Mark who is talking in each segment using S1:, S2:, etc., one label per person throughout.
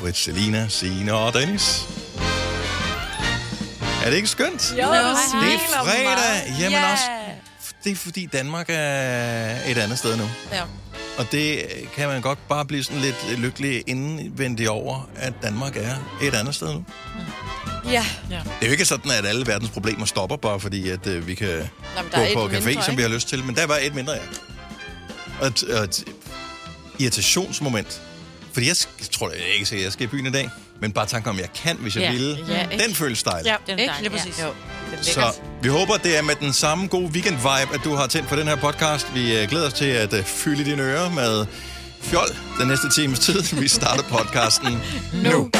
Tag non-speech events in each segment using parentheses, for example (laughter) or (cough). S1: Britt, Selina, Signe og Dennis. Er det ikke skønt?
S2: Jo,
S1: det
S2: det
S1: er
S2: smiler
S1: fredag.
S2: meget.
S1: Jamen
S2: Ja.
S1: også, det er fordi Danmark er et andet sted nu.
S2: Ja.
S1: Og det kan man godt bare blive sådan lidt lykkelig indvendig over, at Danmark er et andet sted nu.
S2: Ja. ja.
S1: Det er jo ikke sådan, at alle verdens problemer stopper, bare fordi at, øh, vi kan
S2: men der er
S1: gå
S2: et
S1: på café,
S2: mindre,
S1: som
S2: ikke?
S1: vi har lyst til. Men der var et mindre, ja. Og et, og et irritationsmoment. Fordi jeg, sk- jeg tror da ikke, sikkert, at jeg skal i byen i dag, men bare tanken om, at jeg kan, hvis jeg
S3: Ja,
S1: ville.
S3: ja, ikke?
S1: den føles dejlig.
S3: Ja,
S2: Den
S3: den
S2: er
S3: ikke?
S2: dejlig,
S3: Lige
S2: ja.
S3: præcis.
S2: Jo.
S1: Så vi håber, det er med den samme gode weekend-vibe, at du har tændt på den her podcast. Vi øh, glæder os til at øh, fylde dine ører med fjol den næste times tid. (laughs) Vi starter podcasten nu. nu.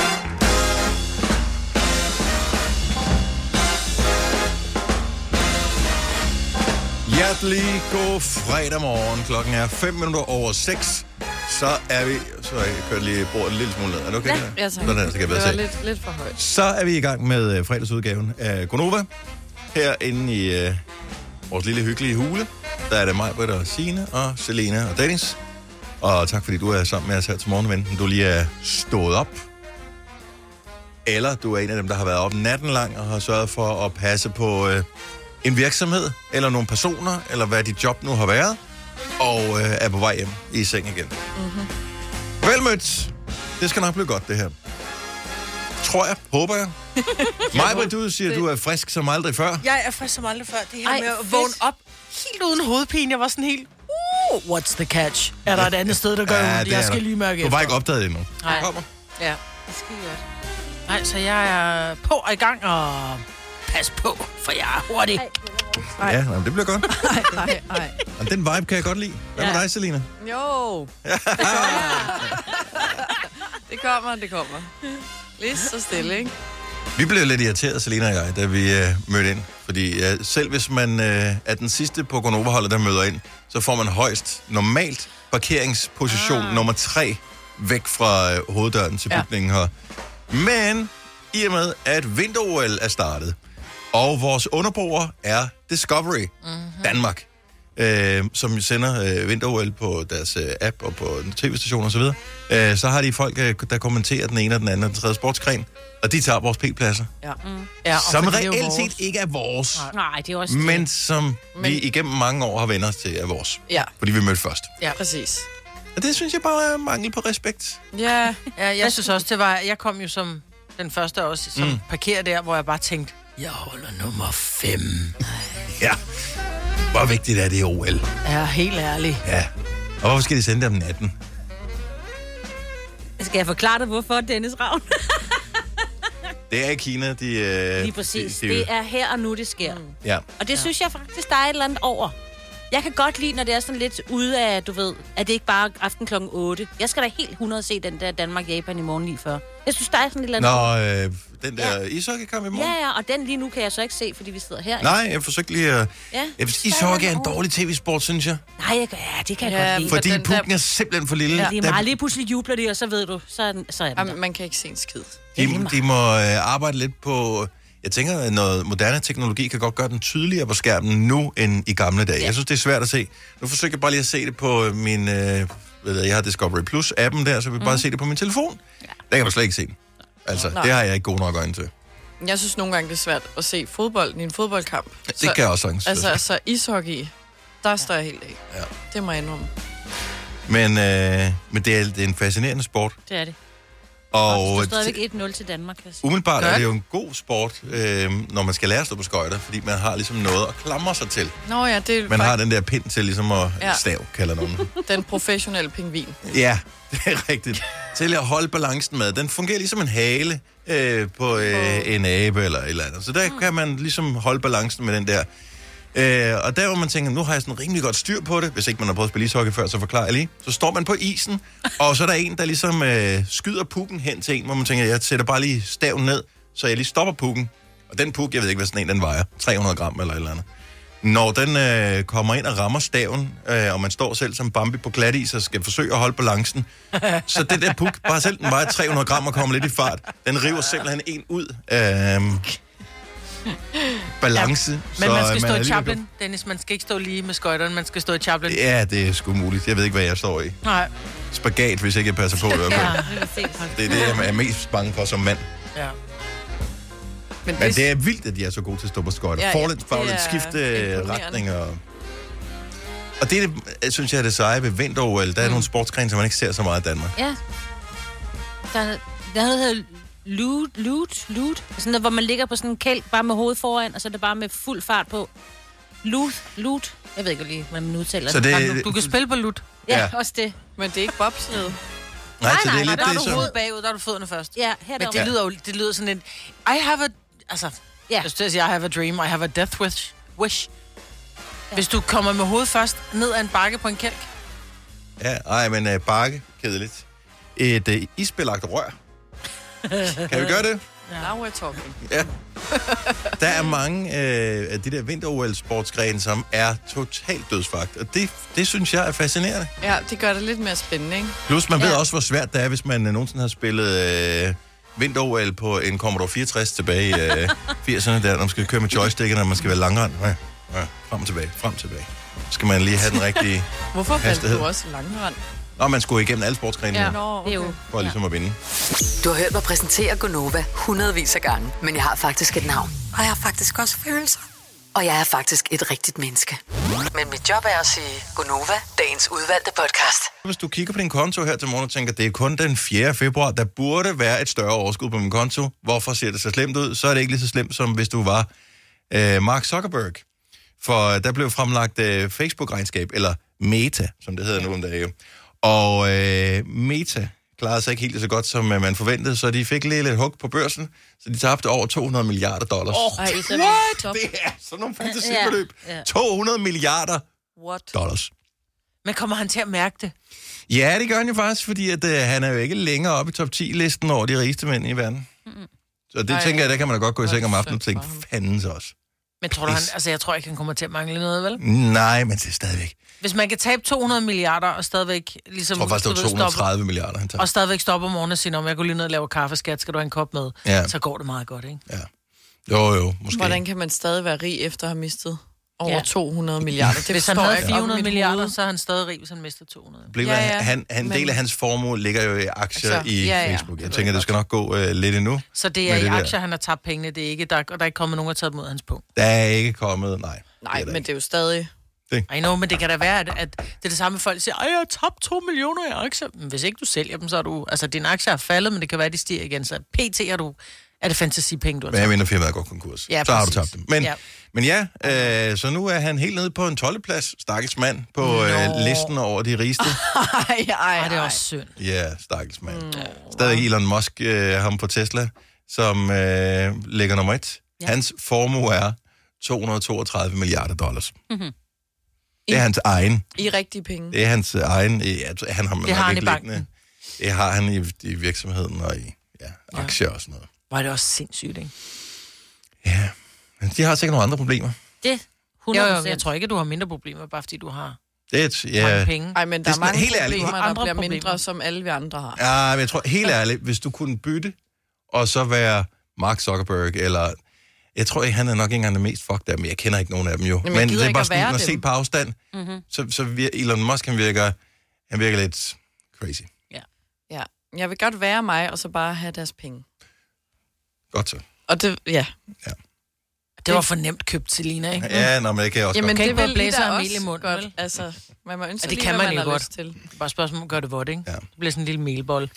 S1: Hjertelig god fredag morgen. Klokken er 5 minutter over 6. Så er vi... Så jeg kører lige bordet en lille smule ned. Er det okay?
S3: Ja, tak.
S1: Sådan, der, så kan
S3: det
S1: jeg bedre
S3: var
S1: se.
S3: lidt, lidt for højt.
S1: Så er vi i gang med øh, fredagsudgaven af Gonova. Herinde i øh, vores lille hyggelige hule, der er det mig, Britt og Signe og Selena og Dennis. Og tak fordi du er sammen med os her til morgen, hvad enten du lige er stået op, eller du er en af dem, der har været op natten lang og har sørget for at passe på øh, en virksomhed, eller nogle personer, eller hvad dit job nu har været, og øh, er på vej hjem i seng igen. Mm-hmm. Velmødt! Det skal nok blive godt, det her. Tror jeg. Håber jeg. Maja, du siger, du er frisk som aldrig før.
S4: Jeg er frisk som aldrig før. Det her
S3: Ej,
S4: Ej, med at
S3: fedt.
S4: vågne op helt uden hovedpine. Jeg var sådan helt, uh, what's the catch? Er der et andet sted, der gør ja, ondt?
S1: det er
S4: Jeg skal
S1: der.
S4: lige mærke
S1: Du var
S4: efter.
S1: ikke opdaget endnu.
S3: Nej.
S1: Kommer.
S3: Ja, det skal godt.
S4: Nej, så jeg er på og i gang, og pas på, for jeg er hurtig.
S1: Ja, jamen, det bliver
S4: (laughs)
S1: godt.
S3: Ej, ej.
S1: Jamen, den vibe kan jeg godt lide. Hvad med
S3: Ja.
S1: dig, Selina?
S3: Jo. (laughs) Det kommer, det kommer. Lige så stille, ikke?
S1: Vi blev lidt irriteret, Selina og jeg, da vi øh, mødte ind. Fordi øh, selv hvis man øh, er den sidste på Gonova-holdet, der møder ind, så får man højst normalt parkeringsposition ah. nummer tre væk fra øh, hoveddøren til
S3: Ja.
S1: bygningen her. Men i og med, at vinter-OL er startet, og vores underbruger er Discovery
S4: Mm.
S5: Mhm.
S1: mm-hmm.
S6: (laughs)
S1: Danmark, øh, som sender øh, vinter-OL på deres øh, app og på en tv-station osv., så, øh, så har de folk, øh, der kommenterer den ene og den anden og den tredje sportsgren, og de tager vores p-pladser,
S3: Ja. Mm.
S4: Ja, og
S1: som
S4: fordi det er jo
S1: reelt
S4: vores.
S1: set ikke er vores,
S4: Nej, det er også det.
S1: men som men... vi igennem mange år har vendt os til er vores,
S3: Ja,
S1: fordi vi mødte først.
S3: ja, præcis.
S1: Og det synes jeg bare er mangel på respekt.
S3: Ja,
S4: Ja, jeg synes også, det var... Jeg kom jo som den første også, som mm. parkerer der, hvor jeg bare tænkte, jeg holder nummer 5.
S1: (laughs) Ja. Hvor vigtigt er det i OL?
S4: Ja, helt ærlig.
S1: Ja. Og hvorfor skal de sende det om natten?
S7: Skal jeg forklare dig, hvorfor, Dennis Ravn?
S1: Det er i Kina, de... Øh,
S7: Lige præcis. Det er her og nu, det sker. Mm.
S1: Ja.
S7: Og det ja. synes jeg faktisk, der er et eller andet over. Jeg kan godt lide, når det er sådan lidt ude af, du ved, at det ikke bare er aften klokken 8. Jeg skal da helt 100 se den der Danmark-Japan i morgen lige før. Jeg synes, der er sådan et eller andet...
S1: Nå, øh, den der ja. ishockeykamp i morgen?
S7: Ja, ja, og den lige nu kan jeg så ikke se, fordi vi sidder her.
S1: Nej, jeg forsøgte lige at...
S7: Ja.
S1: Jeg, ishockey er en dårlig tv-sport, synes jeg.
S7: Nej, jeg, ja, det kan jeg
S3: Ja,
S7: godt lide.
S3: for-
S1: Fordi
S3: den der-
S1: pukken er simpelthen for lille.
S7: Det er meget lige pludselig jubler de, og så ved du, så er den, så er den der.
S3: Jamen, man kan ikke se en skid.
S1: de, de må øh, arbejde lidt på... Jeg tænker, at noget moderne teknologi kan godt gøre den tydeligere på skærmen nu end i gamle dage. Ja. Jeg synes, det er svært at se. Nu forsøger jeg bare lige at se det på øh, min... Øh, ved jeg, jeg har Discovery Plus-appen der, så jeg vil
S7: Mhm.
S1: bare se det på min telefon. Ja. Der kan man slet ikke se den. Altså,
S3: Nej.
S1: det har jeg ikke gode nok øjne til.
S3: Jeg synes nogle gange, det er svært at se fodbold i en fodboldkamp.
S1: Det så, kan jeg også sagtens.
S3: Altså, så ishockey, der står jeg helt af. Ja. Det må jeg indrømme.
S1: Men, øh, men det, er, det er en fascinerende sport.
S7: Det er det. Og
S1: Og
S7: det står stadigvæk 1-0 til Danmark, kan jeg sige.
S1: umiddelbart
S3: Gør
S1: er det
S3: det?
S1: jo en god sport, øh, når man skal lære at stå på skøjter, fordi man har ligesom noget at klamre sig til.
S3: Nå ja, det er
S1: Man Um- har
S3: faktisk
S1: den der pind til ligesom at... Ja.
S3: Ja.
S1: Stav, kalder nogen. det.
S3: den professionelle pingvin.
S1: Ja, det er rigtigt. Til at holde balancen med. Den fungerer ligesom en hale øh, på øh, en abe eller et eller andet. Så der kan man ligesom holde balancen med den der. Øh, og der hvor man tænker, nu har jeg sådan rimelig godt styr på det. Hvis ikke man har prøvet at spille ishockey før, så forklarer jeg lige. Så står man på isen, og så er der en, der ligesom øh, skyder pukken hen til en, hvor man tænker, jeg sætter bare lige staven ned, så jeg lige stopper pukken. Og den puk, jeg ved ikke, hvad sådan en den vejer. 300 gram eller et eller andet. Når den øh, kommer ind og rammer staven, øh, og man står selv som Bambi på glat is og skal forsøge at holde balancen, så den der puk, bare selv den vejer 300 Øhm, gram og kommer lidt i fart, den river simpelthen en ud. Øh, balance.
S4: Men man skal
S1: øh,
S4: stå i
S1: alligevel-
S4: Chaplin, Dennis. Man skal ikke stå lige med skøjterne. Man skal stå i Chaplin.
S1: Ja, det er sgu muligt. Jeg ved ikke, hvad jeg står i.
S4: Nej.
S1: Spagat, hvis ikke jeg passer på i hvert fald.
S4: Ja.
S1: Det er det, jeg er mest bange for som mand.
S4: Ja.
S1: Men det er vildt, at de er så gode til at stå på skøjter.
S5: Ja,
S1: Ja,
S5: ja.
S1: Forlæns,
S5: Det
S1: baglæns,
S5: er
S1: skifte
S5: imponerende.
S1: retninger. øh, Og det, er det synes jeg er det seje ved vinter-OL.
S5: Mm.
S1: Der er nogle sportsgrene, som man ikke ser så meget i Danmark.
S7: Ja. Der, der er noget, der hedder loot, loot, loot. Sådan der, hvor man ligger på sådan en kæld, bare med hovedet foran, og så er det bare med fuld fart på. Loot, loot. Jeg ved ikke lige, hvordan man udtaler
S1: Så det-
S7: Bare loot.
S1: Du kan
S4: spille på loot.
S7: Ja,
S1: Ja.
S7: ja, også det. Men det er ikke bobsled.
S1: Nej, så det er
S4: nej,
S1: lidt
S4: der er
S1: det,
S4: du
S1: som...
S4: hovedet bagud, der er du fødderne først.
S7: Ja, her
S4: Men
S7: deroppe.
S4: det lyder jo det lyder sådan en... I have a... Altså,
S7: ja.
S4: jeg skulle til at sige, I have a dream, I have a death wish. wish. Hvis du kommer med hovedet først ned ad en bakke på en kælk.
S1: Ja, ej, men øh, bakke, kedeligt. Et øh, isbelagt rør. (laughs) Kan vi gøre det?
S3: Ja. Now we're talking. (laughs)
S1: Ja. Der er mange øh, af de der vinter-OL-sportsgrene, som er totalt dødsfagt. Og det, det synes jeg er fascinerende.
S3: Ja, det gør det lidt mere spændende, ikke?
S1: Plus, man ja. ved
S3: Ja.
S1: også, hvor svært det er, hvis man øh, nogensinde har spillet øh, vinter-OL på en Commodore 64 tilbage i
S3: (laughs)
S1: øh, 80'erne, der, når man skal køre med joystickerne, og man skal være langrend. Ja, ja, frem og tilbage, frem og tilbage. Så skal man lige have den rigtige
S3: (laughs) Hvorfor fandt
S1: hastighed.
S3: du også langrand?
S1: Nå, man skulle igennem alle sportsgrenene, ja.
S3: Nå, okay. det er jo.
S1: for ligesom at vinde.
S8: Du har hørt mig præsentere Gonova hundredvis af gange, men jeg har faktisk et navn.
S9: Og jeg har faktisk også følelser.
S8: Og jeg er faktisk et rigtigt menneske. Men mit job er at sige Gonova, dagens udvalgte podcast.
S1: Hvis du kigger på din konto her til morgen og tænker, det er kun den 4. februar, der burde være et større overskud på min konto. Hvorfor ser det så slemt ud? Så er det ikke lige så slemt, som hvis du var øh, Mark Zuckerberg. For øh, der blev fremlagt øh, Facebook-regnskab, eller Meta, som det hedder nu om dagen. jo. Og øh, Meta klarede sig ikke helt lige så godt, som øh, man forventede, så de fik lige lidt hug på børsen, så de tabte over 200 milliarder dollars.
S5: Åh, ej, så er det
S1: What?
S5: top.
S1: Det er sådan nogle fantasibeløb. Ja, ja. 200 milliarder
S4: What?
S1: dollars.
S4: Men kommer han til at mærke det?
S1: Ja, det gør han jo faktisk, fordi at, øh, han er jo ikke længere oppe i top 10-listen over de rigeste mænd i verden. Så det
S4: Ej.
S1: Ej, tænker jeg, der kan man da godt gå i
S4: Hvor er
S1: seng om
S4: det
S1: aftenen og
S4: synd
S1: tænke,
S4: for ham.
S1: fanden så også.
S4: Men tror du, han,
S1: Pis.
S4: altså, jeg tror ikke, han kommer til at mangle noget, vel?
S1: Nej, men det er stadigvæk.
S4: Hvis man kan tabe 200 milliarder og stadigvæk ligesom...
S1: Jeg tror faktisk, det
S4: du
S1: var
S4: ved, stoppe-
S1: 230 milliarder, han tager.
S4: Og stadigvæk stoppe om morgenen og sige, om jeg går lige ned og laver kaffe, skat, skal du have en kop med?
S1: Ja.
S4: Så går det meget godt, ikke?
S1: Jo, jo, måske.
S3: Hvordan kan man stadig være rig, efter at have mistet over ja.
S4: Ja.
S3: 200 milliarder?
S4: Hvis han
S3: forstår
S4: havde
S3: jeg ikke.
S4: 400
S3: Mit
S4: milliarder,
S3: hoved.
S4: så er han stadig rig, hvis han mister 200.
S1: Problemet ja, ja. Han, han, en del af hans formue ligger jo i aktier
S4: Altså,
S1: altså, i
S4: ja,
S1: ja,
S4: ja.
S1: ja. Facebook. Jeg tænker, det skal nok gå øh, lidt endnu.
S4: Så det er
S1: med
S4: i
S1: der.
S4: aktier, han har tabt pengene, det er ikke, der, og der er ikke kommet nogen, der har taget mod hans punkt.
S1: Der er ikke kommet, nej.
S3: Nej, men det er jo stadig...
S1: Det.
S4: I know, men det kan da være, at, at det er det samme, at folk siger, ej, jeg har tabt 2 millioner i aktier. Men hvis ikke du sælger dem, så er du... Altså, dine aktier er faldet, men det kan være, at de stiger igen. Så pt. er, du, er det fantasipenge, du har
S1: Men jeg
S4: tabt.
S1: mener,
S4: (laughs)
S1: firmaet går konkurs.
S4: Ja,
S1: Ja, så har du
S4: præcis.
S1: tabt dem. Men
S4: Ja.
S1: ja, men ja øh, så nu er han helt nede på en 12. plads, stakkels mand, på øh, listen over de rigeste.
S3: Ej, ej, ej.
S4: det er også synd.
S1: Ja, stakkels mand. Mm. Stadig Elon Musk, øh, ham på Tesla, som øh, ligger nummer et. Ja. Hans formue er 232 milliarder dollars.
S3: Mhm.
S1: Det er hans egen.
S3: I rigtige penge.
S1: Det er hans egen. øh, Ja, han
S3: har
S1: har,
S3: han i
S1: liggende.
S3: banken.
S1: Det har han i, i virksomheden og i ja, aktier og sådan noget.
S4: Var det også sindssygt, ikke?
S1: Men de har sikkert nogle andre problemer.
S4: Det,
S7: 100%.
S4: Jo, jo, jeg tror ikke, at du har mindre problemer, bare fordi du har
S1: Det er et, ja,
S4: mange penge.
S3: Ej, men
S1: Det
S3: der
S1: er
S3: er,
S1: sådan
S3: mange
S1: helt
S3: helt
S1: ærligt.
S3: problemer, der
S4: Andre
S3: bliver
S4: problemer.
S3: mindre, som alle vi andre har.
S1: Ja, men jeg tror, helt ærligt, hvis du kunne bytte, og så være Mark Zuckerberg, eller... Jeg tror ikke, han er nok ikke engang den mest fucked af dem. Jeg kender ikke nogen af dem jo.
S3: jeg gider
S1: men det er
S3: ikke
S1: bare
S3: at
S1: sådan,
S3: være
S1: at se
S3: dem.
S1: på afstand, mm-hmm. så, så vir, Elon Musk, han virker, han virker lidt crazy.
S3: Ja. Jeg vil godt være mig, og så bare have deres penge.
S1: Godt så.
S3: Og det, ja.
S1: ja.
S4: Det var for nemt købt til Lina, ikke?
S1: Ja, nå, men jeg kan også
S3: Jamen,
S1: godt.
S3: det
S4: bare
S3: vil I
S4: blæse
S3: da
S4: og mel i
S3: også
S4: munden,
S3: godt.
S4: vel?
S3: Altså, man må ønske
S4: Og det
S3: lige,
S4: kan
S3: hvad
S4: man jo
S3: har
S4: godt.
S3: lyst Til.
S4: Bare spørgsmål, gør det vådt, ikke?
S1: Ja.
S4: Det bliver sådan en lille melbold.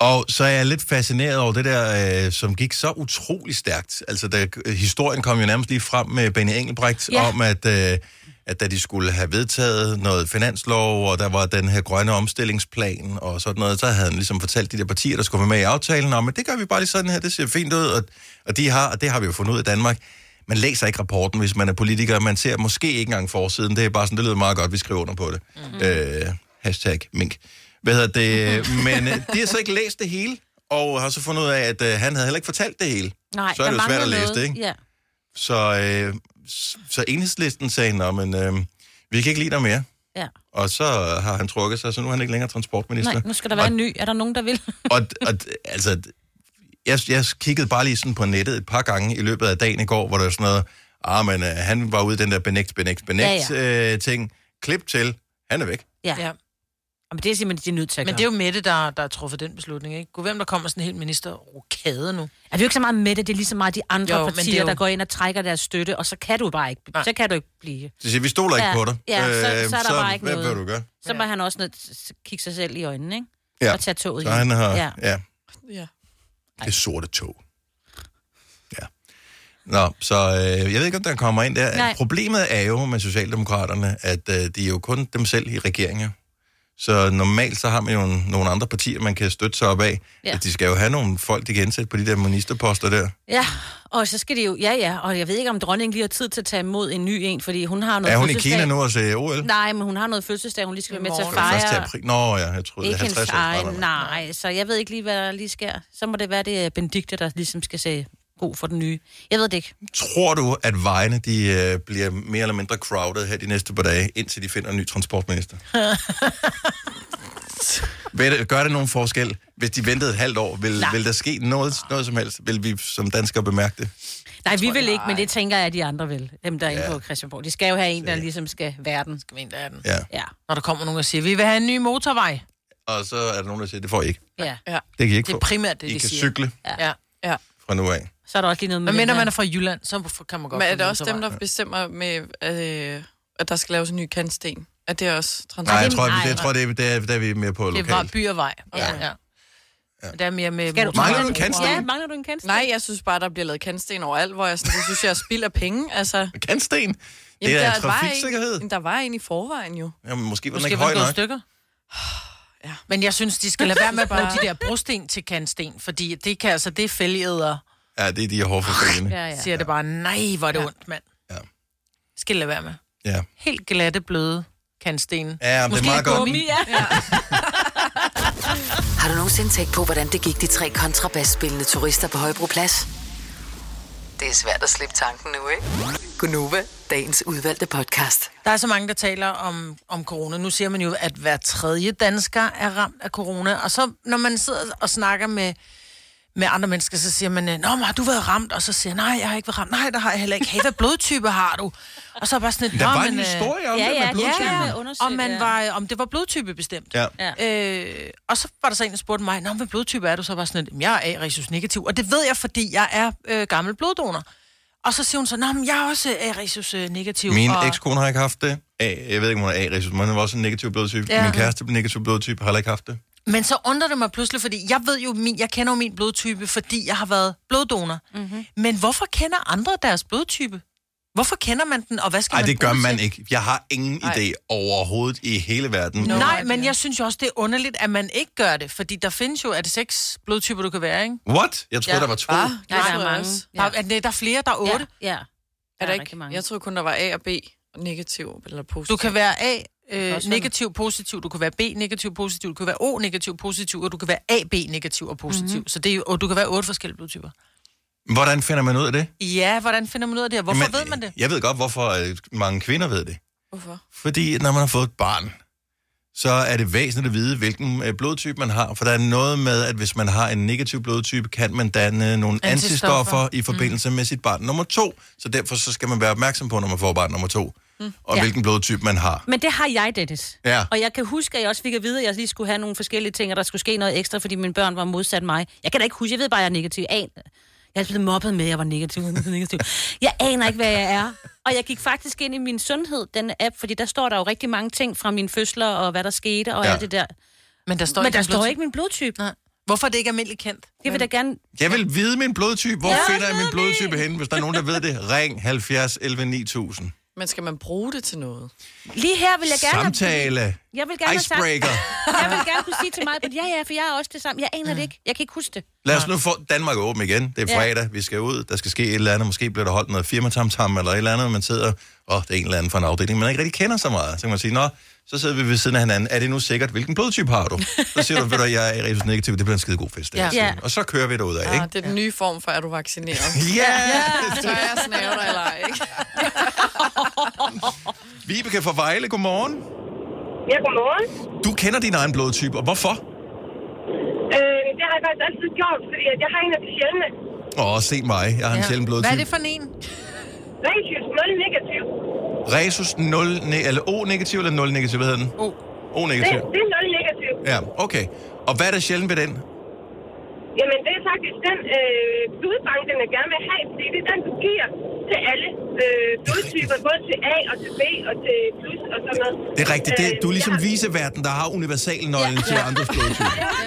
S1: Og så er jeg lidt fascineret over det der, øh, som gik så utrolig stærkt. Altså, da, øh, historien kom jo nærmest lige frem med Benny Engelbrecht ja. om, at, øh, at da de skulle have vedtaget noget finanslov, og der var den her grønne omstillingsplan og sådan noget, så havde han ligesom fortalt de der partier, der skulle være med i aftalen, om, at det gør vi bare lige sådan her, det ser fint ud, og, og, de har, og det har vi jo fundet ud af i Danmark. Man læser ikke rapporten, hvis man er politiker. Man ser måske ikke engang forsiden. Det er bare sådan, det lyder meget godt, vi skriver under på det. Mm. Øh, hashtag mink. Hvad hedder
S10: (laughs)
S1: det? Men øh, de har så ikke læst det hele, og har så fundet ud af, at øh, han havde heller ikke fortalt det hele.
S7: Nej,
S1: så er
S7: der
S1: det jo svært
S7: mangler
S1: at læse
S7: noget.
S1: det, ikke?
S7: Ja.
S1: Så, øh, s- så enhedslisten sagde, nå, men øh, vi kan ikke lide dig mere.
S7: Ja.
S1: Og så har han trukket sig, så nu er han ikke længere transportminister.
S7: Nej, nu skal der være
S1: og,
S7: en ny. Er der nogen, der vil?
S1: og, og altså, jeg, jeg kiggede bare lige sådan på nettet et par gange i løbet af dagen i går, hvor der var sådan noget, ah, men øh, han var ude i den der benægt, benægt, benægt ja, ja. Øh, ting. Klip til, han er væk.
S7: Ja. ja. Men det er simpelthen, de er nødt til at
S4: Men det er jo Mette, der, der har truffet den beslutning, ikke? Gud, hvem der kommer sådan en helt ministerrokade nu?
S7: Er det jo ikke så meget med det, det er lige så meget de andre
S4: Jo,
S7: jo,
S4: men det
S7: partier,
S4: er jo-
S7: jo... der går ind og trækker deres støtte, og så kan du bare ikke,
S4: Nej.
S7: så kan du ikke blive.
S1: Så siger, vi stoler ikke
S7: ja.
S1: på dig. Øh, Øhm,
S7: Ja, så, så, er der bare ikke
S1: hvad
S7: noget.
S1: vil du gøre?
S7: Så må han også nødt til at kigge sig selv i øjnene, ikke?
S1: Ja.
S7: Og tage toget
S1: Så
S7: hjem.
S1: han har, ja.
S7: Ja.
S1: ja.
S4: Ja.
S1: Det sorte tog. Ja. Nå, så øh, jeg ved ikke, om der kommer ind der.
S7: Nej.
S1: Problemet er jo med Socialdemokraterne, at øh, de er jo kun dem selv i regeringen. Så normalt så har man jo en, nogle andre partier, man kan støtte sig op af.
S7: Ja.
S1: Ja. De skal jo have nogle folk, de kan ansætte på de der ministerposter der.
S7: Ja, og så skal det jo... Ja, ja, og jeg ved ikke, om dronningen lige har tid til at tage imod en ny en, fordi hun har noget
S1: Er hun i
S7: fødselsdag.
S1: Kina nu og se OL?
S7: Nej, men hun har noget fødselsdag, hun lige skal være med til at
S1: Var det først til
S7: fejre.
S1: april? Nå ja, jeg troede, det
S7: Ikke
S1: er 50
S7: hendes
S1: år.
S7: egen,
S1: Nej, nej.
S7: nej. Så jeg ved ikke lige, hvad der lige sker. Så må det være, det er Benedikte, der ligesom skal sige god for den nye. Jeg ved det ikke.
S1: Tror du, at vejene de, øh, bliver mere eller mindre crowded her de næste par dage, indtil de finder en ny transportminister? Vil det- Gør det nogen forskel? Hvis de ventede et halvt år, vil,
S7: Nej.
S1: vil der ske noget, noget som helst? Vil vi som danskere bemærke det?
S7: Nej, vi vil ikke, men det tænker jeg, at de andre vil. Dem, der er inde på Christiansborg. De skal jo have en, der ligesom skal være den.
S4: Men der er den.
S1: Ja.
S7: Ja,
S4: Når der kommer nogen og siger, vi vil have en ny motorvej.
S1: Og så er der nogen, der siger, det får I ikke.
S7: ja.
S3: Ja.
S1: Det kan I ikke
S4: Det er
S1: få.
S4: primært det,
S1: I
S4: de
S1: kan
S4: siger.
S1: cykle
S4: Ja. ja.
S1: fra nu af.
S7: Så er der også lige noget med
S4: Men mindre
S7: den her-
S4: man er fra Jylland, så kan man godt
S3: Men er
S4: få
S3: det også dem,
S4: motorvej.
S3: der bestemmer med, øh, at der skal laves en ny kantsten? Er det også
S1: Nej, jeg
S3: transport?
S1: tror,
S7: nej,
S1: det, jeg tror det, er, det er, der er vi mere på
S4: Det var
S1: lokalt.
S4: by og vej.
S7: Ja.
S4: Ja. ja. Det er mere med...
S7: Skal du-
S1: Mangler du en kantsten?
S7: Ja, mangler du en kantsten?
S3: Nej, jeg synes bare, der bliver lavet kantsten overalt, hvor jeg sådan, det synes, jeg er spild af penge. Altså,
S1: (laughs)
S3: jamen,
S1: Kantsten? Det er
S3: der var en-
S1: trafiksikkerhed.
S3: Jamen, der var en i forvejen jo.
S1: Jamen, måske var den
S4: Måske
S1: ikke
S4: var
S1: høj
S4: den gået i
S7: (sighs)
S1: nok.
S4: stykker.
S3: Ja.
S4: Men jeg synes, de skal lade være med at bruge de der brosten til kantsten, fordi det kan altså, det er fælgeæder,
S1: Ja, det er de hårde forfølgende.
S7: Ja,
S4: ja.
S7: ja.
S4: siger det bare, nej, hvor er det ja. ondt, mand.
S1: Ja.
S4: Skal lade være med.
S1: Ja.
S4: Helt glatte, bløde kantsten.
S1: Ja, men det er meget godt.
S7: Gummi, ja.
S8: Har du nogensinde tænkt på, hvordan det gik de tre kontrabasspillende turister på Højbroplads? Det er svært at slippe tanken nu, ikke? Gunova, dagens udvalgte podcast.
S4: Der er så mange, der taler om, om corona. Nu siger man jo, at hver tredje dansker er ramt af corona. Og så, når man sidder og snakker med, med andre mennesker, så siger man, øh, Nå, men har du været ramt? Og så siger jeg, nej, jeg har ikke været ramt. Nej, der har jeg heller ikke. Hey, hvad blodtype har du? Og så er jeg bare sådan et,
S1: Der
S4: "Nå,
S1: var
S4: men,
S1: en
S4: øh,
S1: historie om
S7: Ja,
S1: det med
S7: ja, det
S1: blodtypen.
S7: er
S4: om, man
S7: ja.
S4: var, om det var blodtype bestemt.
S1: Ja.
S4: Øh, og så var der så en, der spurgte mig, Nå, hvad blodtype er du? Så var jeg sådan, lidt, "Jamen, jeg er A-resus negativ. Og det ved jeg, fordi jeg er øh, gammel bloddonor. Og så siger hun så, Nå, men jeg er også A-resus øh, negativ.
S1: Min
S4: og...
S1: ekskone har ikke haft det. A, jeg ved ikke, om hun er A-resus, men hun var også en negativ blodtype. Ja.
S4: Ja.
S1: Min kæreste blev negativ blodtype, har heller ikke haft det.
S4: Men så undrer det mig pludselig, fordi jeg ved jo, min, jeg kender jo min blodtype, fordi jeg har været bloddonor. Mm-hmm. Men hvorfor kender andre deres blodtype? Hvorfor kender man den, og hvad skal
S1: Nej,
S4: man
S1: det gør
S4: bruge
S1: man
S4: til?
S1: ikke. Jeg har ingen
S3: Ej.
S1: idé overhovedet i hele verden.
S3: Nå.
S4: Nej,
S3: det
S4: men
S3: er-
S4: jeg synes jo også, det er underligt, at man ikke gør det, fordi der findes jo, er det seks blodtyper, du kan være, ikke?
S1: What? Jeg troede,
S4: Ja.
S1: der var to.
S3: Bare,
S7: Nej, der er mange.
S4: Ja. Der, er, der er flere, der er otte. Ja.
S7: Ja, ja.
S3: Er
S7: der
S3: der
S7: rigtig
S3: ikke?
S7: mange.
S3: Jeg troede kun, der var A og B, negativ eller positiv.
S4: Du kan være A, øh,
S7: Også
S4: negativ, positiv, du kan være B, negativ, positiv, du kan være O, negativ, positiv, og du kan være AB, negativ og positiv. Mm-hmm. Så det er, jo- og du kan være otte forskellige blodtyper.
S1: Hvordan finder man ud af det?
S4: Ja, hvordan finder man ud af det, og hvorfor
S1: Jamen,
S4: ved man det?
S1: (laughs) Jeg ved godt, hvorfor øh, mange kvinder ved det.
S3: Hvorfor?
S1: Fordi når man har fået et barn, så er det væsentligt at vide, hvilken øh, blodtype man har. For der er noget med, at hvis man har en negativ blodtype, kan man danne nogle antistoffer,
S4: Antistoffer.
S1: i forbindelse mm. med sit barn nummer to. Så derfor så skal man være opmærksom på, når man får barn nummer to, mm. og ja.
S7: Ja.
S1: hvilken blodtype man har.
S7: Men det har jeg, Dennis.
S1: Ja.
S7: Og jeg kan huske, at jeg også fik at vide, at jeg lige skulle have nogle forskellige ting, og der skulle ske noget ekstra, fordi mine børn var modsat mig. Jeg kan da ikke huske, jeg ved bare, at jeg er negativ. An... Jeg er blevet mobbet med, at jeg var negativ. negativ. Jeg aner ikke, hvad jeg er. Og jeg gik faktisk ind i min sundhed, den app, fordi der står der jo rigtig mange ting fra mine fødsler, og hvad der skete, og
S1: Ja.
S7: ja. alt det der.
S4: (laughs) Men der står,
S7: Men der
S4: din
S7: står
S4: blodtype.
S7: ikke min blodtype.
S4: Nej. Hvorfor er det ikke almindeligt kendt?
S7: Det vil da gerne...
S1: Jeg vil vide min blodtype. Hvor ja, finder jeg min blodtype henne? Hvis der er nogen, der ved det, ring 70 11 9000.
S3: Men skal man bruge det til noget?
S7: Lige her vil jeg gerne...
S1: Samtale.
S7: Jeg vil gerne have sagt-
S1: Icebreaker.
S7: (laughs) Jeg vil gerne kunne sige til mig, at ja, ja, for jeg er også det samme. Jeg aner det ikke. Jeg kan ikke huske det.
S1: Lad os nu få Danmark åben igen. Det er
S7: Ja.
S1: fredag, vi skal ud, der skal ske et eller andet. Måske bliver der holdt noget firmatamtam eller et eller andet, man sidder, og det er en eller anden fra en afdeling, man ikke rigtig kender så meget. Så kan man sige, nå, så sidder vi ved siden af hinanden. Er det nu sikkert? Hvilken blodtype har du? Så siger du, ved du, hvad, jeg er rigtig negativ, det bliver en skide god fest. det
S4: Ja.
S1: vil sige.
S7: Ja.
S1: Og så kører vi derud af,
S3: Ah,
S1: ikke?
S3: det er den nye form for, er du vaccineret?
S1: (laughs) Ja!
S3: Så er jeg snæver dig eller ej, ikke?
S1: Vibeke fra Vejle, godmorgen.
S5: Ja, godmorgen.
S1: Du kender din egen blodtype, og hvorfor?
S5: Øh, det har jeg faktisk altid gjort, fordi at jeg har en af de sjældne.
S1: Åh, se mig, jeg har en ja. sjælden blodtype.
S4: Hvad er det for en?
S6: Radius 0 negativ.
S1: Resus 0, ne- eller O-negativ eller 0-negativ, hvad hedder den?
S7: O.
S6: Det,
S1: O-negativ.
S6: det er 0 negativ.
S1: Ja, okay. Og hvad er der sjældent ved den?
S6: Jamen, det er faktisk den øh, blodbank, den er gerne vil have, fordi det er den, du giver til alle øh, blodtyper, både til A og til B og til plus og sådan noget.
S1: Det er rigtigt. Det,
S6: Øh,
S1: du er ligesom
S6: jeg har-
S1: viseverden, der har universalnøglen til andre
S4: (laughs)
S1: blodtyper.
S6: Øh,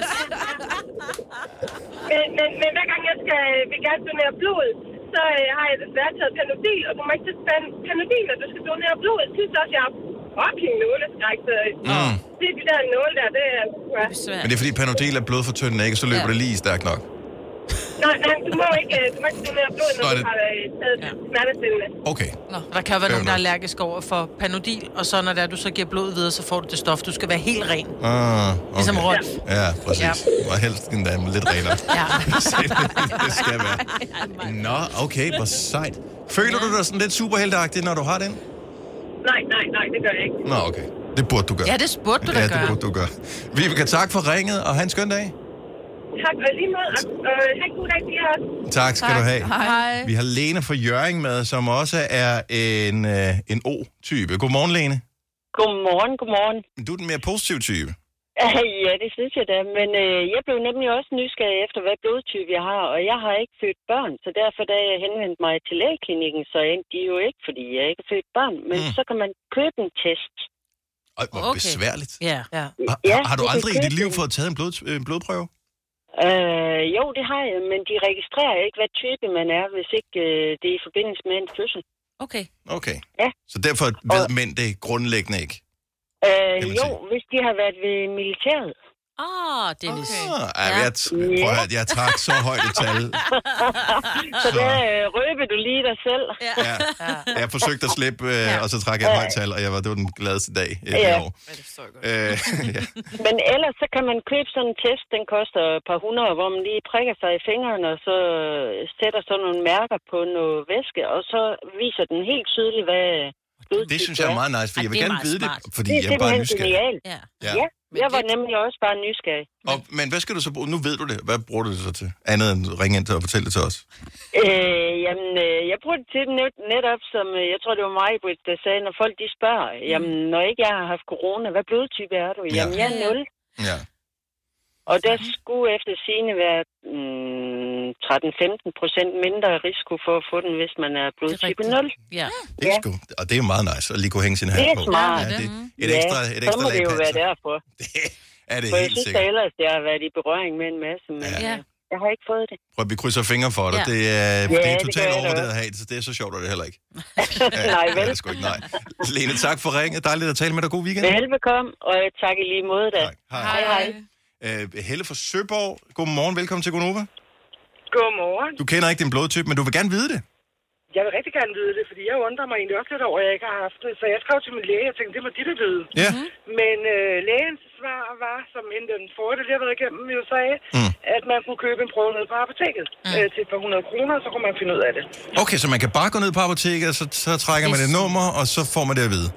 S6: Men, men, men hver gang jeg skal, øh, vil gerne donere blod, så øh, har jeg desværre taget panodil, og du må ikke tage span- panodil, når du skal donere blod. Sidst også, jeg har fucking nåleskræk, så øh,
S1: Mm.
S6: det er de der nåle der, det er... Ja.
S1: Men det er fordi Panodil er blodfortyndende, ikke? Så løber
S6: Ja.
S1: det lige stærkt nok.
S6: Nej, nej, du må ikke, øh, du må ikke donere blod, når
S1: Nå,
S6: du
S1: det-
S6: har øh, taget smertestillende.
S1: Okay.
S4: Nå, der kan jo være
S1: Fair
S4: nogen, der er
S1: enough.
S4: allergisk over for panodil, og så når det er, du så giver blod videre, så får du det stof. Du skal være helt ren.
S1: Ah, okay.
S4: Ligesom Rolf.
S1: Ja, præcis.
S4: Ja.
S1: Og helst endda med
S4: (laughs)
S1: lidt regler. (laughs)
S4: Ja.
S1: det skal være. Nå, okay, hvor sejt. Føler du dig sådan lidt superhelteagtig, når du har den?
S6: Nej, nej, nej, det gør jeg ikke.
S1: Nå, okay. Det burde du gøre.
S4: Ja, det burde du da
S1: ja,
S4: gøre.
S1: det burde du gøre. Vibeke, tak for ringet, og have en skøn dag.
S6: Tak, og lige måde, og, og øh, have en god dag til jer også.
S1: Tak skal du have.
S4: Hej.
S1: Vi har Lene fra Jøring med, som også er en, øh, en O-type. Godmorgen, Lene.
S11: Godmorgen, godmorgen.
S1: Du er den mere positive type.
S11: Ja, det synes jeg da, men øh, jeg blev nemlig også nysgerrig efter, hvad blodtype jeg har, og jeg har ikke født børn, så derfor da jeg henvendte mig til lægeklinikken, så endte de jo ikke, fordi jeg ikke har født børn, men mm. så kan man købe en test.
S1: Hmm. Ej, hvor okay. besværligt.
S4: Ja. ja.
S1: Har,
S11: Ja,
S1: har du
S11: det er
S1: aldrig i dit
S11: kedeligt.
S1: liv fået taget en, blod, øh, en blodprøve?
S11: Øh, jo, det har jeg, men de registrerer ikke, hvad type man er, hvis ikke øh, det er i forbindelse med en fødsel.
S7: Okay.
S1: Okay.
S11: Ja.
S1: Så derfor ved mænd det grundlæggende ikke.
S11: Øh,
S1: Kan man
S11: jo, hvis de har været ved militæret.
S7: Åh, oh, Dennis.
S1: Ah, ja. jeg, t- prøv at, høre, jeg trak så højt et
S11: (laughs)
S1: tal.
S11: så
S1: Så-
S11: der øh, røber du lige dig selv.
S1: Ja. Jeg forsøgte at slippe, øh, og så trak jeg et højt tal, og jeg var, det var den gladeste dag i
S11: Ja.
S1: ja. år. Øh, ja.
S11: Men ellers så kan man købe sådan en test, den koster et par hundrede, hvor man lige prikker sig i fingrene, og så øh, sætter sådan nogle mærker på noget væske, og så viser den helt tydeligt, hvad blodtype
S1: Det synes jeg er meget nice, for
S11: Ja,
S1: jeg vil
S11: det er
S1: gerne
S11: meget
S1: vide det,
S11: smart.
S1: fordi
S11: Det er
S1: jeg er bare
S11: simpelthen genialt.
S1: nysgerrig.
S7: Ja.
S1: Ja.
S11: Ja, jeg var nemlig også bare nysgerrig.
S1: Og, men hvad skal du så bruge? Nu ved du det. Hvad bruger du det så til? Andet end at ringe ind til og fortælle det til os.
S11: Øh, jamen, øh, jeg brugte det til net, netop, som øh, jeg tror, det var mig, Britt, der sagde, når folk de spørger,
S1: Mm.
S11: jamen, når ikke jeg har haft corona, hvad blodtype er du? Jamen, jeg er 0.
S1: Ja.
S11: Og der skulle efter sine være mm, 13-15 procent mindre risiko for at få den, hvis man er blodtype 0.
S7: Ja.
S1: Det er sgu, og det er meget nice at lige kunne hænge sin
S11: Det
S1: hat
S11: er
S1: på.
S11: smart.
S1: Ja, det, et
S11: Ja,
S1: ekstra, et
S11: så
S1: ekstra
S11: må
S1: lag
S11: det jo
S1: panser.
S11: være derfor.
S1: Er det
S11: For jeg
S1: helt
S11: synes da
S1: sikkert.
S11: ellers, jeg har været i berøring med en masse, men
S1: Ja.
S11: ja. jeg har ikke fået det.
S1: Prøv, at vi krydser fingre for dig.
S11: Ja.
S1: Ja. Det, er,
S11: Ja,
S1: ja, det er
S11: det gør
S1: totalt
S11: jeg da
S1: overvurderet at
S11: også.
S1: have, så det er så sjovt, at det heller ikke.
S11: (laughs) Nej,
S1: det er
S11: vel.
S1: det sgu ikke, nej. Lene, tak for ringet. Dejligt at tale med dig. God weekend.
S11: Velbekomme, og øh, tak i lige måde da.
S1: Hej.
S11: Hej, hej.
S1: Øh, Helle fra Søborg. Godmorgen. Velkommen til Gonova.
S12: Godmorgen.
S1: Du kender ikke din blodtype, men du vil gerne vide det.
S12: Jeg vil rigtig gerne vide det, fordi jeg undrer mig egentlig også lidt over, at jeg ikke har haft det. Så jeg skrev til min læge, og tænkte, det må de da vide.
S1: Ja.
S7: Mhm.
S12: Men øh, lægens svar var, som hende den forrige, jeg har været igennem, jo sagde, mm. at man kunne købe en prøve ned på apoteket mm. øh, til et par hundrede kroner, og så kunne man finde ud af det.
S1: Okay, så man kan bare gå ned på apoteket, og så, så trækker man et nummer, og så får man det at vide.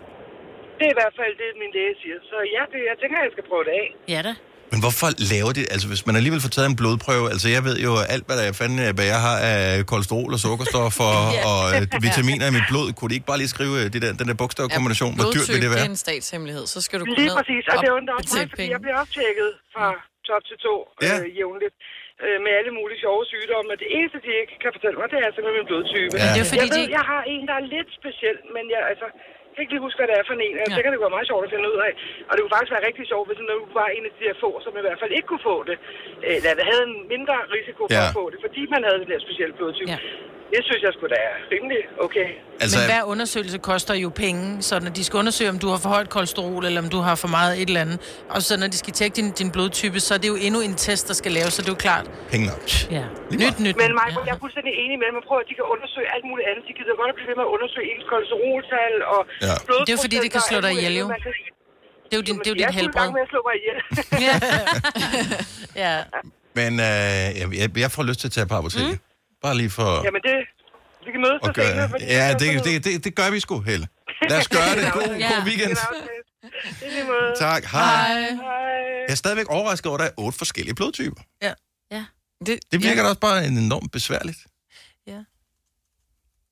S12: Det er i hvert fald det, min læge siger. Så ja, det, jeg tænker, at jeg skal prøve det af.
S7: Ja da.
S1: Men hvorfor laver det? Altså, hvis man alligevel får taget en blodprøve, altså jeg ved jo alt, hvad der er fanden, hvad jeg har af kolesterol og (laughs) sukkerstoffer
S3: Ja.
S1: yeah. og øh, vitaminer i mit blod. Kunne de ikke bare lige skrive øh, det der, den der bogstavkombination? Ja, Hvor dyrt
S3: Blodtype,
S1: vil det være?
S3: Det er en statshemmelighed, så skal du gå
S12: Lige
S3: ned
S12: præcis, og det
S3: og
S12: undrer også mig,
S3: betale
S12: fordi
S3: penge.
S12: jeg bliver også tjekket fra top til to
S1: Ja.
S12: ja. øh, jævnligt øh, med alle mulige sjove sygdomme, og det eneste, de ikke kan fortælle mig, det er simpelthen min blodtype.
S1: Ja. Det er fordi,
S12: jeg ved,
S1: de-
S12: jeg har en, der er lidt speciel, men jeg, altså, jeg kan ikke lige huske, hvad det er for en, og jeg tænker, det kunne være meget sjovt at finde ud af. Og det kunne faktisk være rigtig sjovt, hvis nu var en af de der få, som i hvert fald ikke kunne få det, eller havde en mindre risiko for
S1: Ja.
S12: at få det, fordi man havde den der specielle blodtype. Ja. Det synes jeg skulle da er rimelig okay.
S1: Altså-
S4: Altså, Men hver undersøgelse koster jo penge, så når de skal undersøge, om du har for højt kolesterol, eller om du har for meget et eller andet, og så når de skal tjekke din, din blodtype, så er det jo endnu en test, der skal laves, så det er jo klart.
S1: Penge nok.
S4: Ja. Nyt, nyt.
S12: Men Maja, jeg er fuldstændig enig med dem. Prøv at de kan undersøge alt muligt andet. De gider godt at blive ved med at undersøge ens kolesteroltal og ja.
S4: Det er jo fordi, det kan slå dig ihjel, jo. Det er jo din, det er jo din
S12: Jeg er fuld i
S4: helbred.
S12: gang med at slå mig ihjel.
S4: (laughs) ja.
S1: Men øh, jeg- jeg, jeg får lyst til at tage på apoteket. Mm. Bare lige for...
S12: Jamen det, vi kan mødes på
S1: at gøre. Ja, det, det, det, det gør vi sgu, Helle. Lad os gøre det. God,
S12: Ja.
S1: god weekend.
S12: Det er lige måde.
S1: Tak. Hej.
S12: Hej.
S1: Jeg er stadigvæk overrasket over, at der er otte forskellige blodtyper.
S4: Ja.
S7: ja.
S1: Øh, Det virker da også bare enormt besværligt.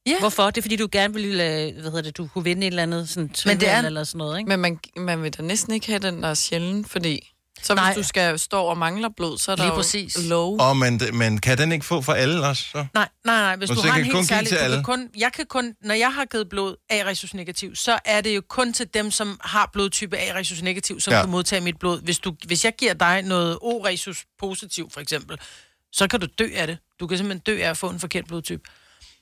S7: Ja. Hvorfor? Det er, fordi du gerne ville, øh, hvad hedder det, du kunne vinde et eller andet, sådan men det er... eller sådan noget, ikke?
S3: Men man, man vil da næsten ikke have den, der er sjælden, fordi... Så hvis Nej. du skal stå og mangler blod, så er der
S4: Lige
S3: jo
S4: præcis.
S3: low.
S1: Og men, men kan den ikke få for alle også? Så?
S4: Nej, nej, nej. Hvis
S1: Og
S4: du
S1: så
S4: har
S1: kan
S4: en
S1: det kun
S4: helt
S1: give
S4: særlig...
S1: til
S4: Du kan
S1: alle?
S4: kun, jeg kan kun, når jeg har givet blod A-resus negativ, så er det jo kun til dem, som har blodtype A-resus negativ, som
S1: Ja.
S4: ja. kan modtage mit blod. Hvis, du, hvis jeg giver dig noget O-resus positiv, for eksempel, så kan du dø af det. Du kan simpelthen dø af at få en forkert blodtype.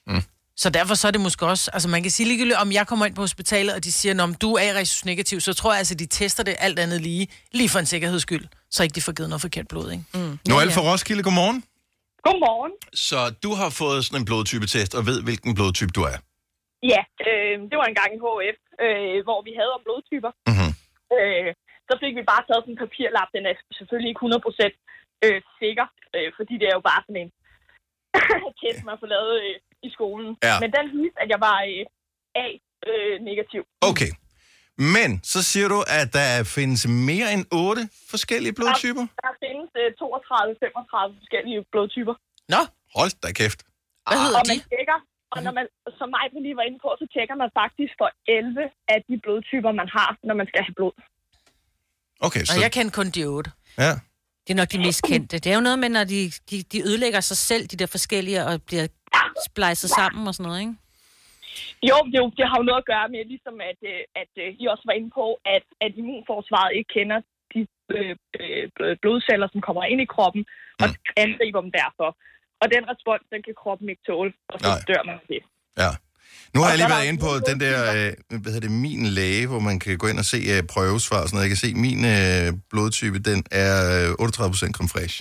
S1: Mm.
S4: Så derfor så er det måske også, altså man kan sige ligegyldigt, om jeg kommer ind på hospitalet, og de siger, "Nå, om du er A-resus negativ, så tror jeg altså, de tester det alt andet lige, lige for en sikkerheds skyld, så ikke de får givet noget forkert blod, ikke? Mm.
S1: Noelle fra Roskilde, godmorgen.
S6: Godmorgen.
S1: Så du har fået sådan en blodtypetest og ved, hvilken blodtype du er.
S6: Ja, øh, det var engang i HF, øh, hvor vi havde om blodtyper.
S1: Mm-hmm.
S6: Øh, så fik vi bare taget sådan en papirlap, den er selvfølgelig ikke 100% øh, sikker, øh, fordi det er jo bare sådan en (laughs) test, man får lavet øh, i skolen.
S1: Ja.
S6: Men den viste, at jeg var øh, A-negativ.
S1: Okay. Men så siger du, at der findes mere end otte forskellige blodtyper.
S6: Der, der findes øh, 32-35 forskellige blodtyper.
S4: Nå,
S1: hold da kæft.
S6: Hvad hedder og man tjekker, og når man, som mig lige var inde på, så tjekker man faktisk for 11 af de blodtyper, man har, når man skal have blod.
S1: Okay,
S7: så...
S4: Og jeg kendte kun de otte.
S1: Ja.
S7: Det er nok de mest kendte. Det er jo noget med, når de, de, de ødelægger sig selv, de der forskellige, og bliver splejset sammen og sådan noget, ikke?
S6: Jo, jo, det har jo noget at gøre med, ligesom at, øh, at øh, I også var inde på, at, at immunforsvaret ikke kender de øh, øh, bl- blodceller, som kommer ind i kroppen, og angriber dem derfor. Og den respons, den kan kroppen ikke tåle, og så
S1: Nej.
S6: dør man af det.
S1: Ja. Nu har
S6: Og
S1: jeg
S6: så
S1: lige
S6: er der
S1: været inde på den der, øh, hvad hedder det, min læge, hvor man kan gå ind og se øh, prøvesvar og sådan noget. Jeg kan se, min øh, blodtype, den er øh, 38% creme fraiche.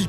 S13: I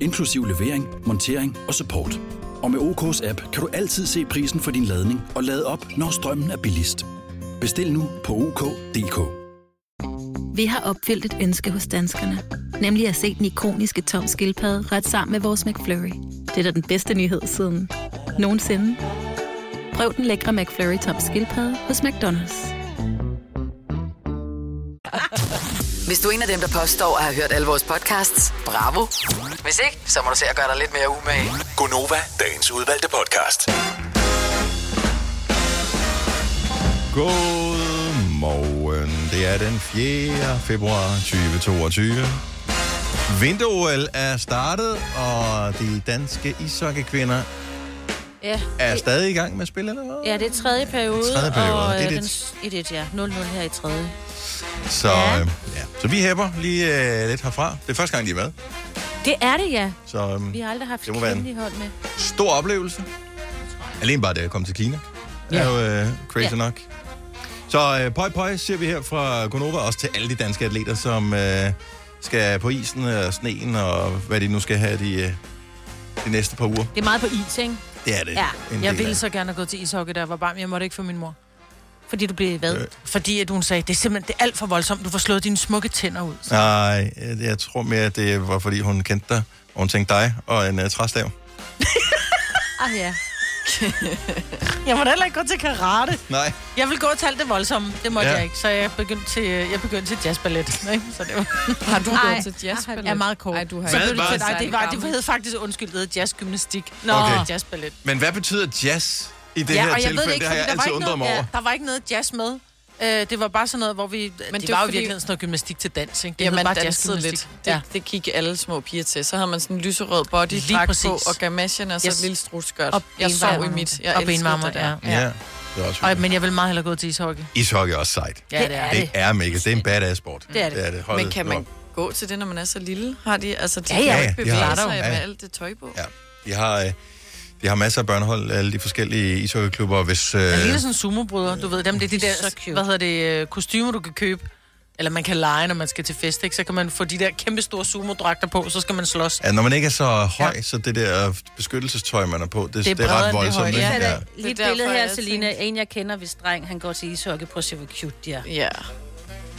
S14: inklusiv levering, montering og support. Og med OK's app kan du altid se prisen for din ladning og lade op, når strømmen er billigst. Bestil nu på OK.dk.
S15: Vi har opfyldt et ønske hos danskerne. Nemlig at se den ikoniske tom skildpadde ret sammen med vores McFlurry. Det er da den bedste nyhed siden nogensinde. Prøv den lækre McFlurry tom skildpadde hos McDonald's.
S8: Hvis du er en af dem, der påstår at have hørt alle vores podcasts, bravo. Hvis ikke, så må du se at gøre dig lidt mere umage.
S16: Gonova, dagens udvalgte podcast.
S1: Godmorgen. Det er den 4. februar 2022. Vinter-OL er startet, og de danske ishockeykvinder
S7: Ja.
S1: er stadig i gang med at spille, eller hvad?
S7: Ja, det er tredje periode.
S1: Tredje periode.
S7: Og, øh,
S1: 1-1.
S7: den, s- 1-1, ja. 0-0 her i tredje.
S1: Så, ja. Øh, ja. så vi hæpper lige øh, lidt herfra. Det er første gang, de er med.
S7: Det er det, ja.
S1: Så øh,
S7: Vi har aldrig haft
S1: det må være en
S7: kvindelig hold med.
S1: stor oplevelse. Alene bare det at komme til Kina. Det er jo øh, crazy
S7: Ja.
S1: ja. nok. Så øh, pøj pøj, siger vi her fra Gonova, også til alle de danske atleter, som øh, skal på isen og sneen, og hvad de nu skal have de, øh, de næste par uger.
S7: Det er meget på is, ikke?
S1: Det er det. En del af
S4: Jeg ville
S1: det.
S4: så gerne have gået til ishockey, da jeg var barn, men jeg måtte ikke for min mor.
S7: Fordi du blev hvad?
S1: Øh.
S4: Fordi at hun sagde, det er simpelthen det er alt for voldsomt, du får slået dine smukke tænder ud.
S1: Nej, jeg, jeg tror mere, at det var, fordi hun kendte dig, og hun tænkte dig og en øh, træstav.
S7: Ah, ja.
S4: (laughs) jeg må da heller ikke gå til karate.
S1: Nej.
S4: Jeg vil gå til alt det voldsomme, det måtte
S1: Ja.
S4: ja. jeg ikke, så jeg begyndte til, øh, jeg begyndte til jazzballet. Ikke? Så det var...
S3: Har du gået
S4: Ej,
S3: til jazzballet?
S4: Jeg er meget kort. Ej,
S3: du har
S4: så
S1: ikke.
S4: blev det til,
S1: Hvad?
S4: nej, det, var, det
S3: Gammel.
S4: hed faktisk, undskyld, det hed jazzgymnastik. Nå,
S1: Okay.
S4: okay. jazzballet.
S1: Men hvad betyder jazz i det her tilfælde? det har jeg
S4: der, var
S1: altid
S4: ikke
S1: undret
S4: noget,
S1: mig over.
S4: ja, der var ikke noget jazz med. Øh, det var bare sådan noget, hvor vi... Men det,
S3: det er
S4: var jo
S3: fordi-
S4: fordi... virkelig sådan noget gymnastik til dans, ikke? Det
S3: Ja,
S4: hed
S3: man
S4: bare
S3: dansede lidt.
S4: jazzgymnastik.
S3: Det, ja. det gik alle små piger til. Så havde man sådan en lyserød body
S4: Lige
S3: på,
S4: præcis.
S3: og gamasjen og så yes.
S4: Yes.
S3: et lille strutskørt.
S4: Og
S3: Jeg sov i
S4: benvarmer.
S3: mit. Jeg
S4: Og
S3: elskede
S4: benvarmer,
S3: det der.
S1: Ja. ja. Det er også
S4: Ej, men jeg vil meget hellere gå til ishockey.
S1: Ishockey er også sejt.
S4: Ja, det er
S1: det
S4: det.
S1: er mega. Det er en badass sport. det, er det. Hold
S3: Men kan
S1: nu
S3: man
S1: op.
S3: gå til det, når man er så lille? Har de, altså, de
S1: Ja,
S3: kan
S1: ja.
S3: jo ikke
S1: Ja,
S3: bevæge
S1: ja, de har-
S3: sig
S1: Ja,
S3: med
S1: ja.
S3: alt det tøj på.
S1: Ja. De har, øh, De har masser af børnehold, alle de forskellige ishockeyklubber. Hvis, øh,
S4: Han ligner sådan en sumobryder, du ved. Dem, det er de der, hvad hedder det, øh, kostymer, du kan købe. Eller man kan lege, når man skal til fest, ikke? Så kan man få de der kæmpe store sumodragter på, så skal man slås.
S1: ja, når man ikke er så høj, ja. så det der beskyttelsestøj, man er på, det, det, det er
S4: bredere
S1: ret
S4: end det
S1: voldsomt.
S4: høje.
S1: ikke?
S4: Ja,
S1: Ja,
S4: det er
S1: ja.
S7: Lige et
S4: derfor,
S7: billede her,
S4: jeg
S7: Selina. En, jeg kender, hvis dreng, han går til ishockey. Prøv at se, hvor cute de er.
S3: Ja.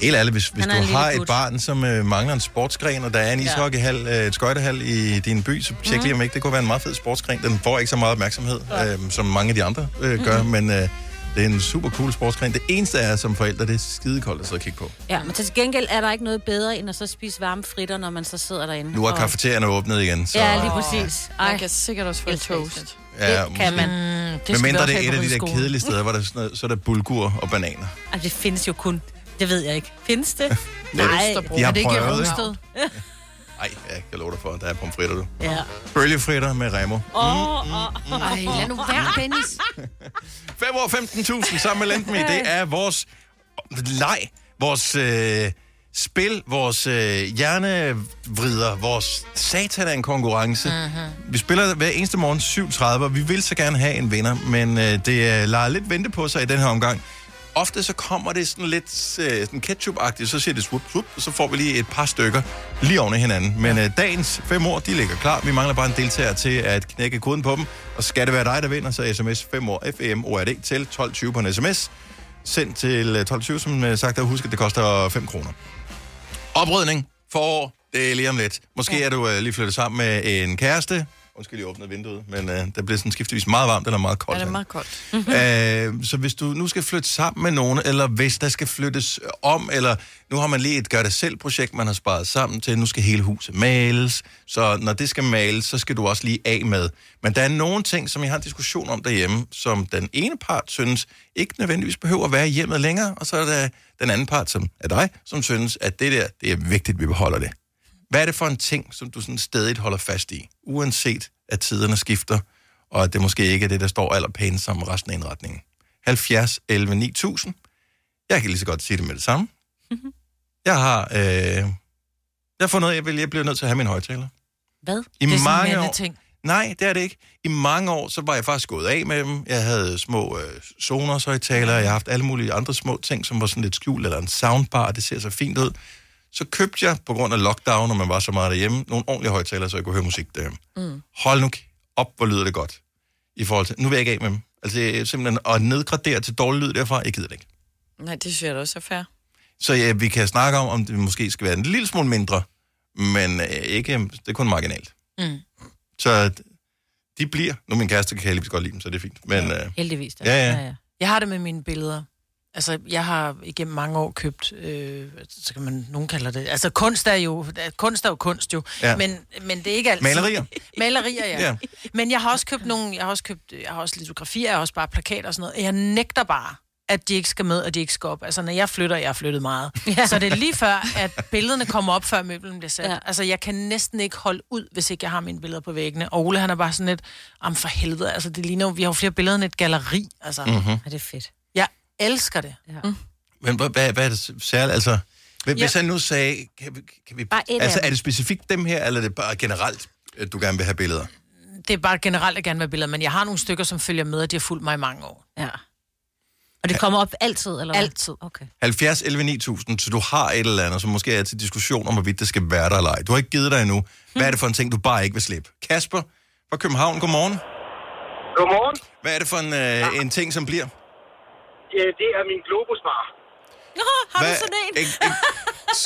S1: Helt ærligt, hvis, hvis
S7: Han er en
S1: du
S7: lille
S1: har et
S7: gut.
S1: barn, som øh, mangler en sportsgren, og der er en
S7: Ja.
S1: ishockeyhal, øh, et skøjtehal i din by, så tjek
S7: Mhm.
S1: lige om ikke. Det kunne være en meget fed sportsgren. Den får ikke så meget opmærksomhed, øh, som mange af de andre øh, gør,
S7: Mhm.
S1: men øh, det er en super cool sportsgren. Det eneste er, som forældre, det er skidekoldt at sidde og kigge på.
S7: Ja, men til gengæld er der ikke noget bedre, end at så spise varme fritter, når man så sidder derinde.
S1: Nu er
S7: Og-
S1: kafeterierne åbnet igen, så...
S7: Ja, lige præcis. Ej.
S3: Man kan sikkert også få toast.
S1: Ja,
S7: det kan
S1: måske.
S7: man. Mm,
S1: Men mindre det er et af de der kedelige steder, hvor der er sådan noget, så er der bulgur og bananer.
S7: Ej, det findes jo kun. Det ved jeg ikke. Findes
S1: (laughs)
S7: det?
S1: de har prøvet, ikke? Nej, jeg kan love dig for, der er pomfritter, du.
S7: Ja.
S1: Bølgefritter med Remo.
S7: Åh, åh, åh.
S17: Ej, lad nu være,
S1: (laughs)
S17: Dennis.
S1: 5 år 15.000 sammen med Lendme. Det er vores leg, vores øh, spil, vores øh, hjernevrider, vores satan af en konkurrence. Mm-hmm. Vi spiller hver eneste morgen 7.30, og vi vil så gerne have en vinder, men øh, det øh, lader lidt vente på sig i den her omgang. Ofte så kommer det sådan lidt øh, sådan ketchup-agtigt, så siger det svup, svup, og så får vi lige et par stykker lige oven i hinanden. Men øh, dagens fem år, de ligger klar. Vi mangler bare en deltager til at knække koden på dem. Og skal det være dig, der vinder, så sms 5 år FEM ORD E til 12.20 på en sms. Send til øh, 12.20, som øh, sagt, og husk, at det koster 5 kroner. Oprydning, forår, det er lige om lidt. Måske ja. er du øh, lige flyttet sammen med en kæreste. Undskyld, jeg åbnede vinduet, men øh, der bliver sådan skiftevis meget varmt eller meget koldt.
S3: Ja, det er meget koldt.
S1: (laughs) Øh, så hvis du nu skal flytte sammen med nogen, eller hvis der skal flyttes om, eller nu har man lige et gør-det-selv-projekt, man har sparet sammen til, nu skal hele huset males, så når det skal males, så skal du også lige af med. Men der er nogle ting, som jeg har en diskussion om derhjemme, som den ene part synes ikke nødvendigvis behøver at være i hjemmet længere, og så er der den anden part, som er dig, som synes, at det der, det er vigtigt, at vi beholder det. Hvad er det for en ting, som du sådan stadig holder fast i, uanset at tiderne skifter, og at det måske ikke er det, der står allerpænt sammen med resten af indretningen? 70, 11, 9000. Jeg kan lige så godt sige det med det samme. Jeg har, øh, jeg har fundet ud af, at jeg vil- jeg bliver nødt til at have min højtaler.
S7: Hvad?
S1: I
S4: det er
S1: mange
S4: sådan en
S1: år-
S4: ting.
S1: Nej, det er det ikke. I mange år, så var jeg faktisk gået af med dem. Jeg havde små øh, Sonos-højtalere, jeg har haft alle mulige andre små ting, som var sådan lidt skjult, eller en soundbar, og det ser så fint ud. Så købte jeg, på grund af lockdown, når man var så meget derhjemme, nogle ordentlige højtalere, så jeg kunne høre musik derhjemme.
S18: Mm.
S1: Hold nu op, hvor lyder det godt. I forhold til, nu vil jeg ikke af med dem. Altså det er simpelthen at nedgradere til dårlig lyd derfra, jeg gider det ikke.
S3: Nej, det synes jeg da også er fair.
S1: Så ja, vi kan snakke om, om det måske skal være en lille smule mindre, men øh, ikke, det er kun marginalt.
S7: Mm.
S1: Så de bliver, nu min kæreste kan heldigvis godt lide dem, så det er fint. Men, øh,
S7: Heldigvis da.
S1: Ja, ja.
S4: Jeg har det med mine billeder. Altså, jeg har igennem mange år købt, øh, så kan man, nogen kalder det, altså kunst er jo, kunst er jo kunst jo,
S1: Ja.
S4: ja. men, men det er ikke altid.
S1: (laughs) Malerier.
S4: Malerier, ja.
S1: Ja.
S4: ja. Men jeg har også købt nogle, jeg har også købt, jeg har også litografier, jeg har også bare plakater og sådan noget. Jeg nægter bare, at de ikke skal med, og de ikke skal op. Altså, når jeg flytter, jeg har flyttet meget.
S7: Ja.
S4: Ja. Så det er lige før, at billederne kommer op, før møblen bliver sat.
S7: Ja.
S4: Ja. Altså, jeg kan næsten ikke holde ud, hvis ikke jeg har mine billeder på væggene. Og Ole, han er bare sådan lidt, am for helvede, altså, det ligner jo, vi har jo flere billeder end et galeri, altså.
S1: Mhm. Ja,
S7: det er fedt.
S4: Jeg elsker det. Mm.
S7: Ja.
S1: men hvad, hvad, hvad er det særligt? Altså, hvis
S4: Ja.
S1: ja. han nu sagde, kan vi, kan vi,
S4: Bare et
S1: altså,
S4: af dem.
S1: er det specifikt dem her, eller er det bare generelt, at du gerne vil have billeder?
S4: Det er bare generelt, at gerne vil have billeder, men jeg har nogle stykker, som følger med, og de har fulgt mig i mange år.
S7: Ja. Og det kommer op altid, eller hvad? Altid. Okay.
S1: 70, 11, 9000, så du har et eller andet, som måske er til diskussion om, hvorvidt det skal være der eller ej. Du har ikke givet dig endnu. Hvad er det for en ting, du bare ikke vil slippe? Kasper fra København, godmorgen.
S19: Godmorgen.
S1: Hvad er det for en, øh, en ting, som bliver?
S19: Ja, det er min globusbar.
S7: Nå,
S19: har
S1: Hvad- En, en,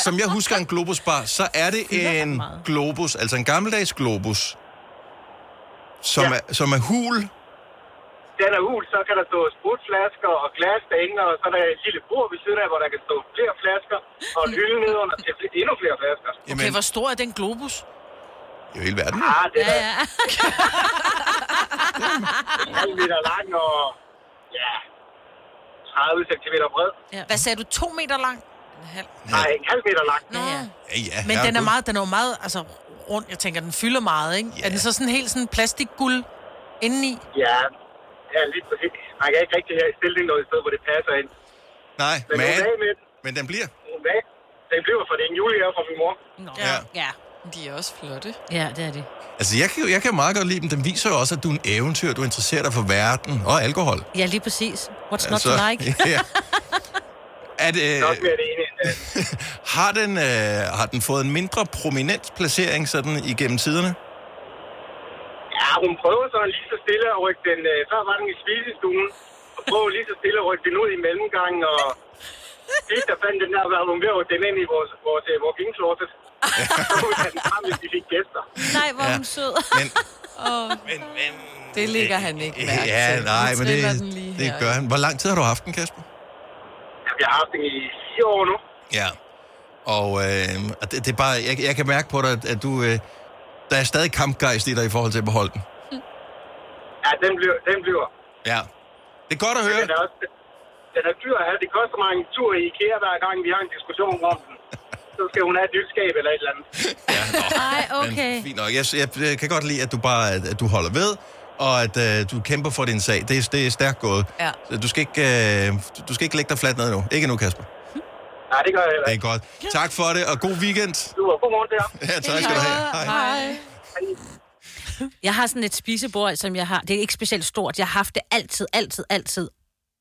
S1: som jeg husker en globusbar, så er det en globus, altså en gammeldags globus, som, ja. er, som er hul.
S19: Den er hul, så kan der stå sprutflasker og glas derinde, og så er der et lille bord ved siden af, hvor der kan stå flere flasker, og en hylde nedenunder til fl- endnu flere flasker.
S4: Okay, hvor stor er den globus?
S1: Det er jo hele verden.
S19: Ah, det er
S7: ja.
S19: en halv meter lang og ja, 30 cm bred.
S4: Ja. Hvad sagde du, to meter lang? En halv.
S19: Nej, en halv meter lang.
S4: Nå. Ja,
S1: Ja, ja,
S4: men den er
S1: herregud.
S4: meget, den er jo meget, altså rundt, jeg tænker, den fylder meget, ikke? Yeah. Er den så sådan helt sådan plastikguld indeni?
S19: Ja, ja lige præcis. Man kan ikke rigtig her i stillingen noget sted, hvor det passer ind.
S1: Nej,
S19: men... Men,
S1: men den bliver.
S19: Den bliver, for det er en julegave fra min mor.
S7: Nå.
S1: Ja.
S7: ja.
S3: De er også flotte.
S7: Ja, det er de.
S1: Altså, jeg kan, jo- jeg kan meget godt lide dem. Den viser jo også, at du er en eventyr, du interesserer dig for verden og alkohol.
S7: Ja, lige præcis. What's not
S1: Altså,
S7: to like?
S1: (laughs)
S7: (laughs)
S1: ja. At, øh, har, den, øh, har den fået en mindre prominent placering sådan igennem tiderne?
S19: Ja, hun prøver sådan lige så stille at rykke den... Øh, før var den i spisestuen, og prøver lige så stille at rykke den ud i mellemgangen, og... Sidst der fandt den der, var hun ved at rykke den ind i vores, vores, øh, vores
S1: (laughs)
S19: vinklortet. Så hun kan den frem, hvis vi fik gæster.
S7: Nej, hvor
S1: Ja.
S7: ja. hun sød. (laughs)
S1: Men,
S3: oh.
S1: men, men,
S3: det ligger han ikke mærke
S1: Ja,
S3: til.
S1: nej,
S3: Nu
S1: men
S3: triller
S1: det,
S3: den lige
S1: det
S3: her,
S1: gør han. Hvor lang tid har du haft den, Kasper?
S19: Jeg har haft den i 10 år nu.
S1: Ja. Og øh, og det, det er bare, jeg, jeg kan mærke på dig, at, at du, øh, der er stadig kampgejst i dig i forhold til at beholde den.
S19: Ja, den bliver. Den bliver.
S1: Ja. Det er godt at høre.
S19: Den er, også, den er dyr at have. Det koster mig en tur i IKEA, hver gang vi har en diskussion om den. Så skal hun have et nyt skab eller et eller andet.
S7: Ej, okay.
S1: Fint nok. Jeg, jeg, jeg kan godt lide, at du bare at, at du holder ved, og at øh, du kæmper for din sag. Det, er- det er stærkt gået.
S3: Ja.
S1: Så du skal, ikke, øh, du- du skal ikke lægge dig fladt ned nu. Ikke nu, Kasper.
S19: Nej, det gør jeg heller
S1: Det er godt. Tak for det, og god weekend.
S19: Du var god morgen der.
S1: (laughs) Ja, tak skal du have. Hej.
S7: Hej. Jeg har sådan et spisebord, som jeg har. Det er ikke specielt stort. Jeg har haft det altid, altid, altid.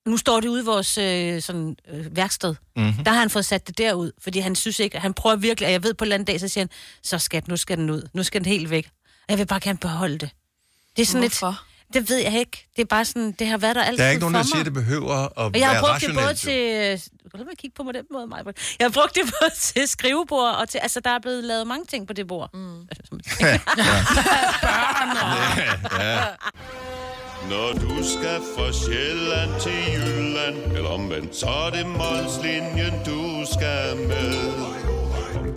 S7: Nu står det ude i vores øh, sådan, øh, værksted.
S17: Mhm.
S7: Mm-hmm. Der har han fået sat det derud, fordi han synes ikke, han prøver virkelig, og jeg ved på en eller anden dag, så siger han, så skat, nu skal den ud. Nu skal den helt væk. Og Jeg vil bare gerne beholde det. Det er sådan
S3: Hvorfor?
S7: lidt... Det ved jeg ikke. Det er bare sådan, det har været der altid
S1: Der er ikke nogen,
S7: for
S1: der
S7: mig.
S1: siger, at det behøver at
S7: Og jeg har
S1: være
S7: brugt det både
S1: rationelt.
S7: til... Du kan lade mig kigge på mig den måde, Maja. Jeg har brugt det (laughs) både til skrivebord, og til... Altså, der er blevet lavet mange ting på det bord. Mm.
S18: ja. Når du skal fra Sjælland til Jylland, eller omvendt, så er det Molslinjen, du skal med.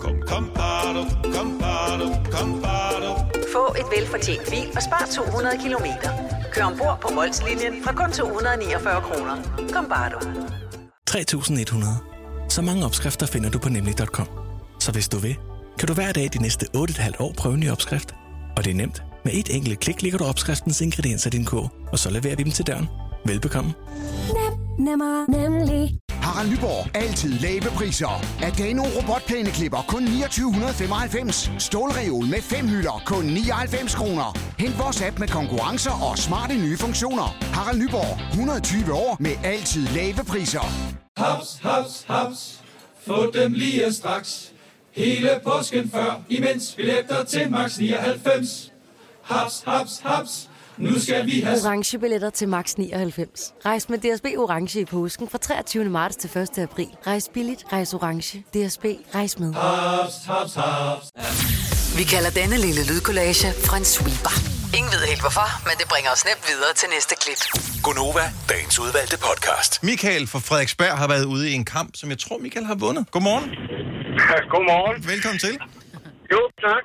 S18: Kom, kom, kom, bado, kom, bado, kom, bado.
S20: Få et velfortjent bil og spar 200 kilometer. Kør ombord på Molslinjen fra kun 249 kroner. Kom bare du.
S10: 3100. Så mange opskrifter finder du på nemlig.com. Så hvis du vil, kan du hver dag de næste 8,5 år prøve en ny opskrift. Og det er nemt. Med et enkelt klik ligger du opskriftens ingredienser i din kog, og så leverer vi dem til døren. Velbekomme.
S21: Nemmer, nemlig.
S22: Harald Nyborg. Altid lave priser. Adano robotplæneklipper kun 2995. Stålreol med fem hylder kun 99 kroner. Hent vores app med konkurrencer og smarte nye funktioner. Harald Nyborg. 120 år med altid lave priser.
S23: Haps, haps, haps. Få dem lige straks. Hele påsken før, imens billetter til max 99. Haps, haps, haps. Nu skal vi have...
S24: orange billetter til max 99. Rejs med DSB orange i påsken fra 23. marts til 1. april. Rejs billigt, rejs orange. DSB rejs med.
S23: Haps, haps, haps.
S8: Vi kalder denne lille lydkollage Frans sweeper. Ingen ved helt hvorfor, men det bringer os nemt videre til næste klip.
S16: Gonova, dagens udvalgte podcast.
S1: Michael fra Frederiksberg har været ude i en kamp, som jeg tror, Michael har vundet. Godmorgen.
S19: (laughs)
S23: Godmorgen.
S1: Velkommen til.
S23: Jo, tak.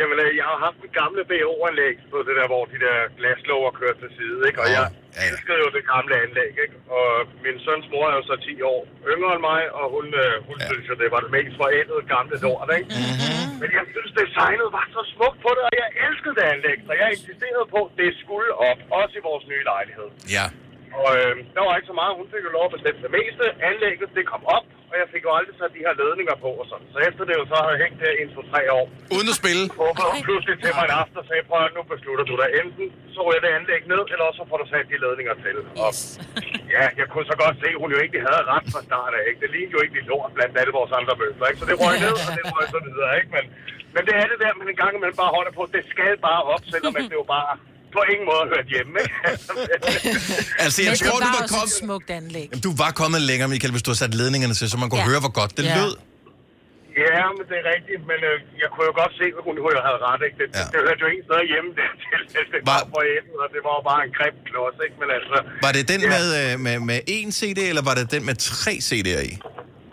S19: Jamen, øh, jeg har haft en gamle BO-anlæg på det der, hvor de der glaslåger kører til side, ikke? Og jeg elskede jo det gamle anlæg, ikke? Og min søns mor er jo så 10 år yngre end mig, og hun, øh, hun ja. synes jo, det var det mest forældede gamle lort, ikke?
S1: Mhm.
S19: Mm-hmm. Men jeg synes, designet var så smukt på det, og jeg elskede det anlæg, så jeg insisterede på, at det skulle op, også i vores nye lejlighed.
S1: Ja.
S19: Og øh, der var ikke så meget. Hun fik jo lov at bestemme det meste. Anlægget, det kom op, og jeg fik jo aldrig sat de her ledninger på og sådan. Så efter det jo så havde hængt der indtil tre år.
S1: Uden at spille?
S19: Håber hun pludselig til mig en aften og sagde, prøv at høre, nu beslutter du dig. Enten så ryger det anlæg ned, eller også så får du sat de ledninger til. Og, (laughs) ja, jeg kunne så godt se, at hun jo egentlig havde ret fra start af. Ikke? Det lignede jo ikke lidt lort blandt alle vores andre møbler. Ikke? Så det røg ned, og det røg så videre. Ikke? Men, men det er det der, man en gang imellem bare holder på. Det skal bare op, selvom at det jo bare på ingen måde hørt hjemme. (laughs) Altså, Ikke?
S1: (laughs) Altså, jeg
S4: Men
S1: tror,
S4: det
S1: du
S4: var
S1: var
S4: også
S1: kommet-
S4: et smukt anlæg.
S1: Jamen, Du var kommet længere, Michael, hvis du havde sat ledningerne til, så man kunne
S4: Ja.
S1: høre, hvor godt det
S4: Ja.
S1: lød.
S19: Ja, men det er rigtigt, men øh, jeg kunne jo godt se, at hun, hun havde ret, ikke? Det, ja. det, hørte jo ikke steder hjemme, det, (laughs) det, det, det var for enden, og det var jo bare en grim klods, ikke? Men altså...
S1: Var det den
S19: ja.
S1: med, øh, med, med én CD, eller var det den med tre CD'er i?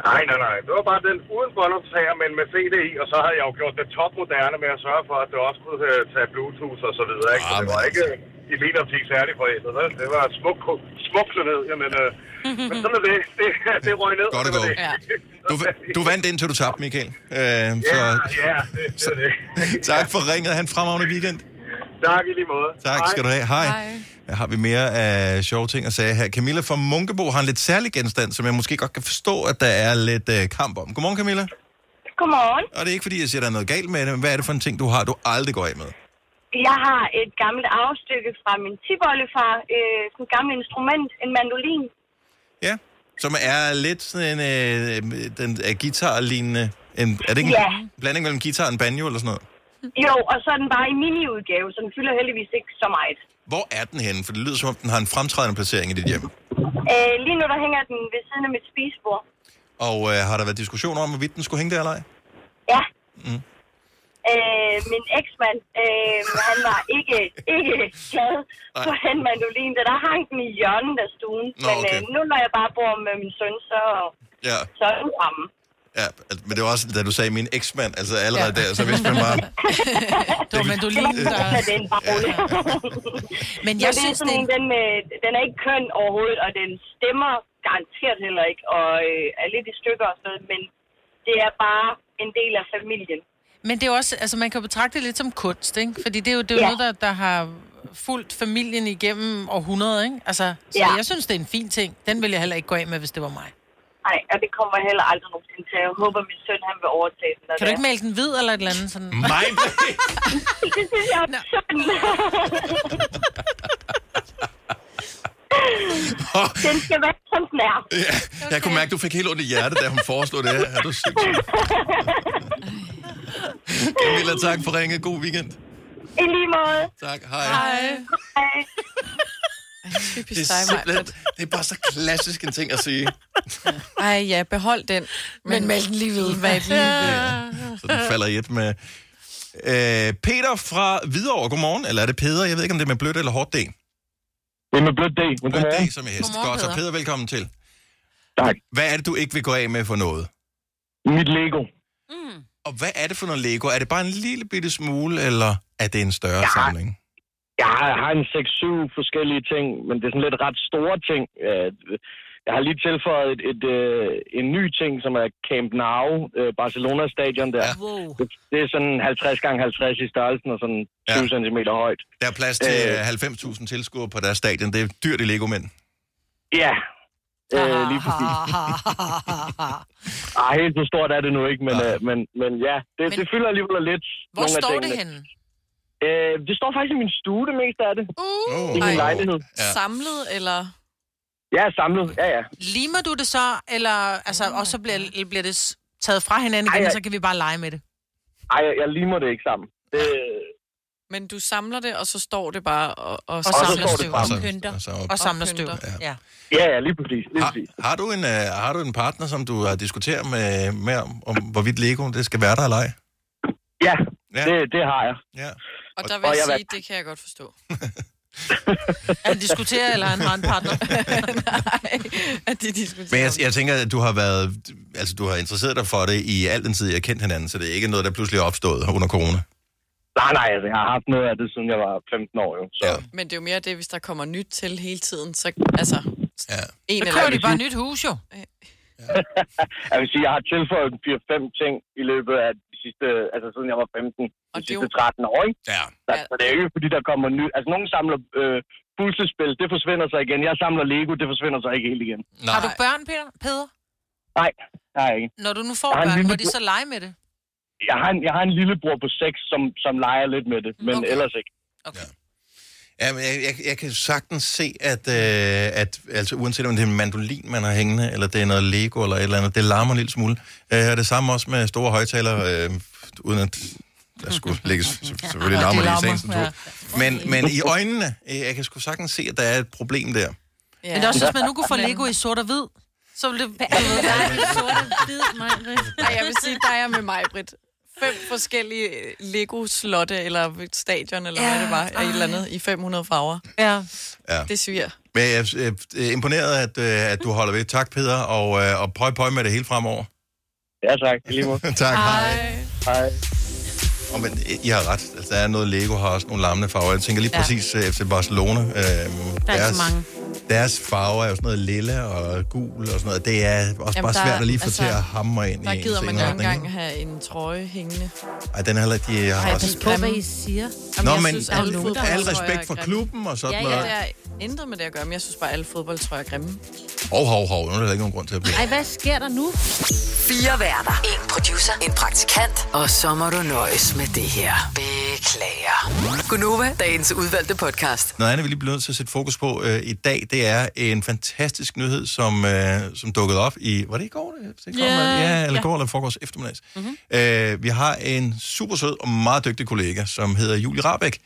S19: Nej, nej, nej. Det var bare den uden båndoptager, men med CD i, og så havde jeg jo gjort det topmoderne med at sørge for, at det også kunne øh, tage Bluetooth og så videre, ikke? Så
S1: Ah,
S19: det var ikke øh, i min optik særlig forældet, vel? Det var smuk, smuk ned, men, øh, men sådan er det. (laughs) Det, det røg ned.
S1: Godt at
S19: det var
S1: gå.
S19: det.
S1: Du, du vandt indtil du tabte, Michael. Øh, ja,
S19: Ja, ja, det, det er det.
S1: (laughs) Tak for ringet. Han fremragende weekend.
S19: Tak i lige måde.
S1: Tak skal du have. Hej. Her har vi mere af sjove ting at sige her. Camilla fra Munkebo har en lidt særlig genstand, som jeg måske godt kan forstå, at der er lidt øh, kamp om. Godmorgen, Camilla.
S6: Godmorgen.
S1: Og det er ikke, fordi jeg siger, der er noget galt med det, men hvad er det for en ting, du har, du aldrig går af med?
S6: Jeg har et gammelt afstykke fra min tibollefar, øh, sådan et gammelt instrument, en mandolin.
S1: Ja, som er lidt sådan en, øh, den er guitar-lignende. En, er det ikke en
S6: Ja.
S1: blanding mellem guitar og en banjo eller sådan noget?
S6: Jo, og så er den bare i miniudgave, så den fylder heldigvis ikke så meget.
S1: Hvor er den henne? For det lyder, som om den har en fremtrædende placering i dit hjem.
S6: Øh, lige nu der hænger den ved siden af mit spisebord.
S1: Og øh, har der været diskussioner om, hvorvidt den skulle hænge der eller ej?
S6: Ja.
S1: Mm.
S6: Øh, min eksmand, øh, han var ikke, ikke glad for
S1: Nej.
S6: den mandolin, der, der hang den i hjørnet af stuen.
S1: Nå,
S6: Men
S1: okay.
S6: øh, nu når jeg bare bor med min søn, så,
S1: Ja,
S6: så er den ramme.
S1: ja, altså, men det var også, da du sagde min eksmand, altså allerede ja. der, så vidste man bare...
S6: det var mandolinen, der... den bare
S1: (laughs)
S6: rolig.
S4: Men
S6: Men
S4: jeg
S6: jeg
S4: synes,
S6: synes, den, den, øh, den er ikke køn overhovedet, og den stemmer garanteret heller ikke, og øh, er lidt i stykker og sådan noget, men det er bare en del af familien.
S4: Men det er jo også, altså man kan betragte det lidt som kunst, ikke? Fordi det er jo, det er jo
S6: Ja.
S4: noget, der, der har fulgt familien igennem århundreder, ikke? Altså, så
S6: Ja.
S4: jeg synes, det er en fin ting. Den ville jeg heller ikke gå af med, hvis det var mig.
S6: Nej, og det kommer jeg heller aldrig nogensinde til. Jeg håber, min søn han vil overtage den. når
S4: Kan du
S6: det
S4: ikke
S6: er.
S4: male den hvid eller et eller andet? Sådan?
S6: (laughs)
S1: Nej,
S6: det synes
S11: (laughs)
S6: jeg er sådan. den skal være, som den er.
S1: Ja, Jeg kunne mærke, du fik helt ondt i hjertet, da hun foreslog det her. Er du sindssyg? Camilla, tak for ringet. God weekend.
S6: I lige måde.
S1: Tak, hej.
S6: Hej.
S1: Det er,
S3: dig, Maj.
S1: simpelthen, det er bare så klassisk en ting at sige.
S3: (laughs) Ej ja, behold den. Men, mal den lige ved. Mal den
S1: (laughs)
S3: lige ved.
S1: Så den falder i et med... Øh, Peter fra Hvidovre, godmorgen. Eller er det Peder? Jeg ved ikke, om det er med blødt eller hårdt D. Det
S9: er med blødt D. Men
S1: blødt
S9: godmorgen.
S1: D, som er hest.
S9: Godmorgen,
S1: Godt, så
S9: Peder.
S1: Peder, velkommen til.
S9: Tak.
S1: Hvad er det, du ikke vil gå af med for noget?
S9: Mit Lego.
S1: Mm. Og hvad er det for noget Lego? Er det bare en lille bitte smule, eller er det en større ja. samling?
S9: Jeg har, jeg har en 6-7 forskellige ting, men det er sådan lidt ret store ting. Øh, Jeg har lige tilføjet et, et, øh, en ny ting, som er Camp Nou, øh, Barcelona-stadion der.
S25: Wow.
S9: Det, det er sådan 50 gange 50 i størrelsen og sådan 20 ja. cm højt.
S1: Der er plads til øh. 90.000 tilskuere på deres stadion. Det er dyrt i Lego-mænd.
S9: Ja, øh, lige præcis. Ej, helt så stort er det nu ikke, men, øh, men, men ja, det, men, det fylder alligevel lidt.
S4: Hvor
S9: nogle af
S4: står det
S9: tingene.
S4: henne?
S9: Øh, det står faktisk i min stue, det meste af det.
S3: Uh,
S9: I min
S3: Ej.
S9: lejlighed.
S3: Samlet, eller?
S9: Ja, samlet. Ja, ja.
S4: Limer du det så, eller, altså, og så bliver, bliver det s- taget fra hinanden igen, og så kan vi bare lege med det?
S9: Ej, jeg, jeg limer det ikke sammen. Det,
S3: Men du samler det, og så står det bare og, og,
S9: Og så
S3: samler
S9: står det
S3: støv.
S9: bare.
S1: Og pynter. Og så- og- Og samler
S3: støv.
S4: Ja.
S9: ja, ja, lige præcis. Lige
S1: Har, har, du en, øh, har du en partner, som du har diskuteret med, med om, om, hvorvidt Lego det skal være der eller ej?
S9: Ja,
S1: ja.
S9: Det, det har jeg.
S1: Ja.
S3: Og der vil
S9: Og
S3: jeg
S9: jeg
S3: sige,
S9: vil-
S3: det kan jeg godt forstå.
S4: Er det diskuterer, eller (laughs)
S3: (laughs)
S4: han har en partner?
S3: Nej, at de diskuterer.
S1: Men jeg, jeg tænker, at du har været, altså du har interesseret dig for det i al den tid, jeg har kendt hinanden, så det er ikke noget, der pludselig er opstået under corona.
S9: Nej, nej, altså, jeg har haft noget af det, siden jeg var 15 år, jo. Så. Ja.
S3: Men det er jo mere det, hvis der kommer nyt til hele tiden, så altså...
S1: Ja.
S3: En
S9: Så
S3: eller
S9: køber de bare
S4: nyt hus, jo.
S9: Jeg vil sige, jeg har tilføjet 4-5 ting i løbet af de sidste, altså siden jeg var 15, de sidste 13 år, ikke?
S1: Ja.
S9: Så, så det er jo ikke, fordi der kommer nyt. Altså, nogen samler øh, puslespil, det forsvinder så igen. Jeg samler Lego, det forsvinder så ikke helt igen.
S4: Nej. Har du børn, Peter? Peder?
S9: Nej, nej ikke.
S4: Når du nu får
S9: Jeg har en
S4: børn,
S9: lille
S4: må de
S9: bror.
S4: så lege med det?
S9: Jeg har, en, jeg har en lillebror på 6, som, som leger lidt med det, men okay. ellers ikke.
S1: Ja, men jeg, jeg, jeg kan sagtens se, at, øh, at altså, uanset om det er en mandolin, man har hængende, eller det er noget Lego eller et eller andet, det larmer en lille smule. Øh, og det samme også med store højtalere, øh, uden at der skulle lægges selvfø- selvfølgelig
S9: (laughs) Ja,
S1: larmer
S9: de
S1: det i
S9: larmer,
S1: sagens natur. Men, men i øjnene, øh, jeg kan sgu sagtens se, at der er et problem der.
S4: Ja. Men det er også, hvis man nu kunne få Lego i sort og hvid, så ville det...
S3: Der er en sort og hvid, Nej, jeg vil sige, der er jeg med mig, Britt. Fem forskellige øh, Lego-slotte, eller stadion, eller ja. hvad det var, af et eller andet, i 500 farver.
S4: Ja.
S1: Ja.
S3: Det sviger.
S1: Men jeg er øh, øh, imponeret, at, øh, at du holder ved. Tak, Peder, og, øh, og pøj, pøj med det hele fremover.
S9: Ja, tak. Lige måde.
S1: (laughs) tak, hej.
S9: Hej.
S1: Og, men, øh, I har ret. Altså, der er noget Lego, har også nogle larmende farver. Jeg tænker lige
S9: Ja.
S1: præcis øh, efter Barcelona. Øh,
S25: Der er ikke så mange.
S1: Deres farver er jo sådan noget lilla og gul og sådan noget. Det er også Jamen, bare
S3: der-
S1: svært at lige få altså, til
S3: altså,
S1: at hamre ind i
S3: Der
S1: ens
S3: gider man jo ikke
S1: indretning,
S3: engang have en trøje hængende.
S1: ikke? Ej, den er heller ikke... De har
S3: Ej,
S1: også-
S3: pas på, hvad I siger.
S1: Nå,
S3: jeg
S1: men
S3: synes,
S1: al-
S3: alle
S1: al-
S3: fodboldtrøjer
S1: al respekt
S3: er
S1: for
S3: grimme.
S1: klubben og sådan
S3: ja,
S1: noget.
S3: Ja, det er intet med det at gøre, men jeg synes bare, at alle fodboldtrøjer er grimme.
S1: Hov, hov, hov. Nu er der ikke nogen grund til at blive.
S7: Ej, hvad sker der nu?
S8: Fire værter. En producer. En praktikant. Og så må du nøjes med det her. Beklager. Gunova, dagens udvalgte podcast.
S1: Noget andet, vi lige bliver nødt til at sætte fokus på øh, i dag, det er en fantastisk nyhed, som, øh, som dukkede op i... Var det i går? Det, det kom,
S5: Ja.
S1: yeah. ja, eller
S5: Ja. Mhm.
S1: ja. går eller forgårs eftermiddags. Mm-hmm. Øh, vi har en super sød og meget dygtig kollega, som hedder Julie Rabeck,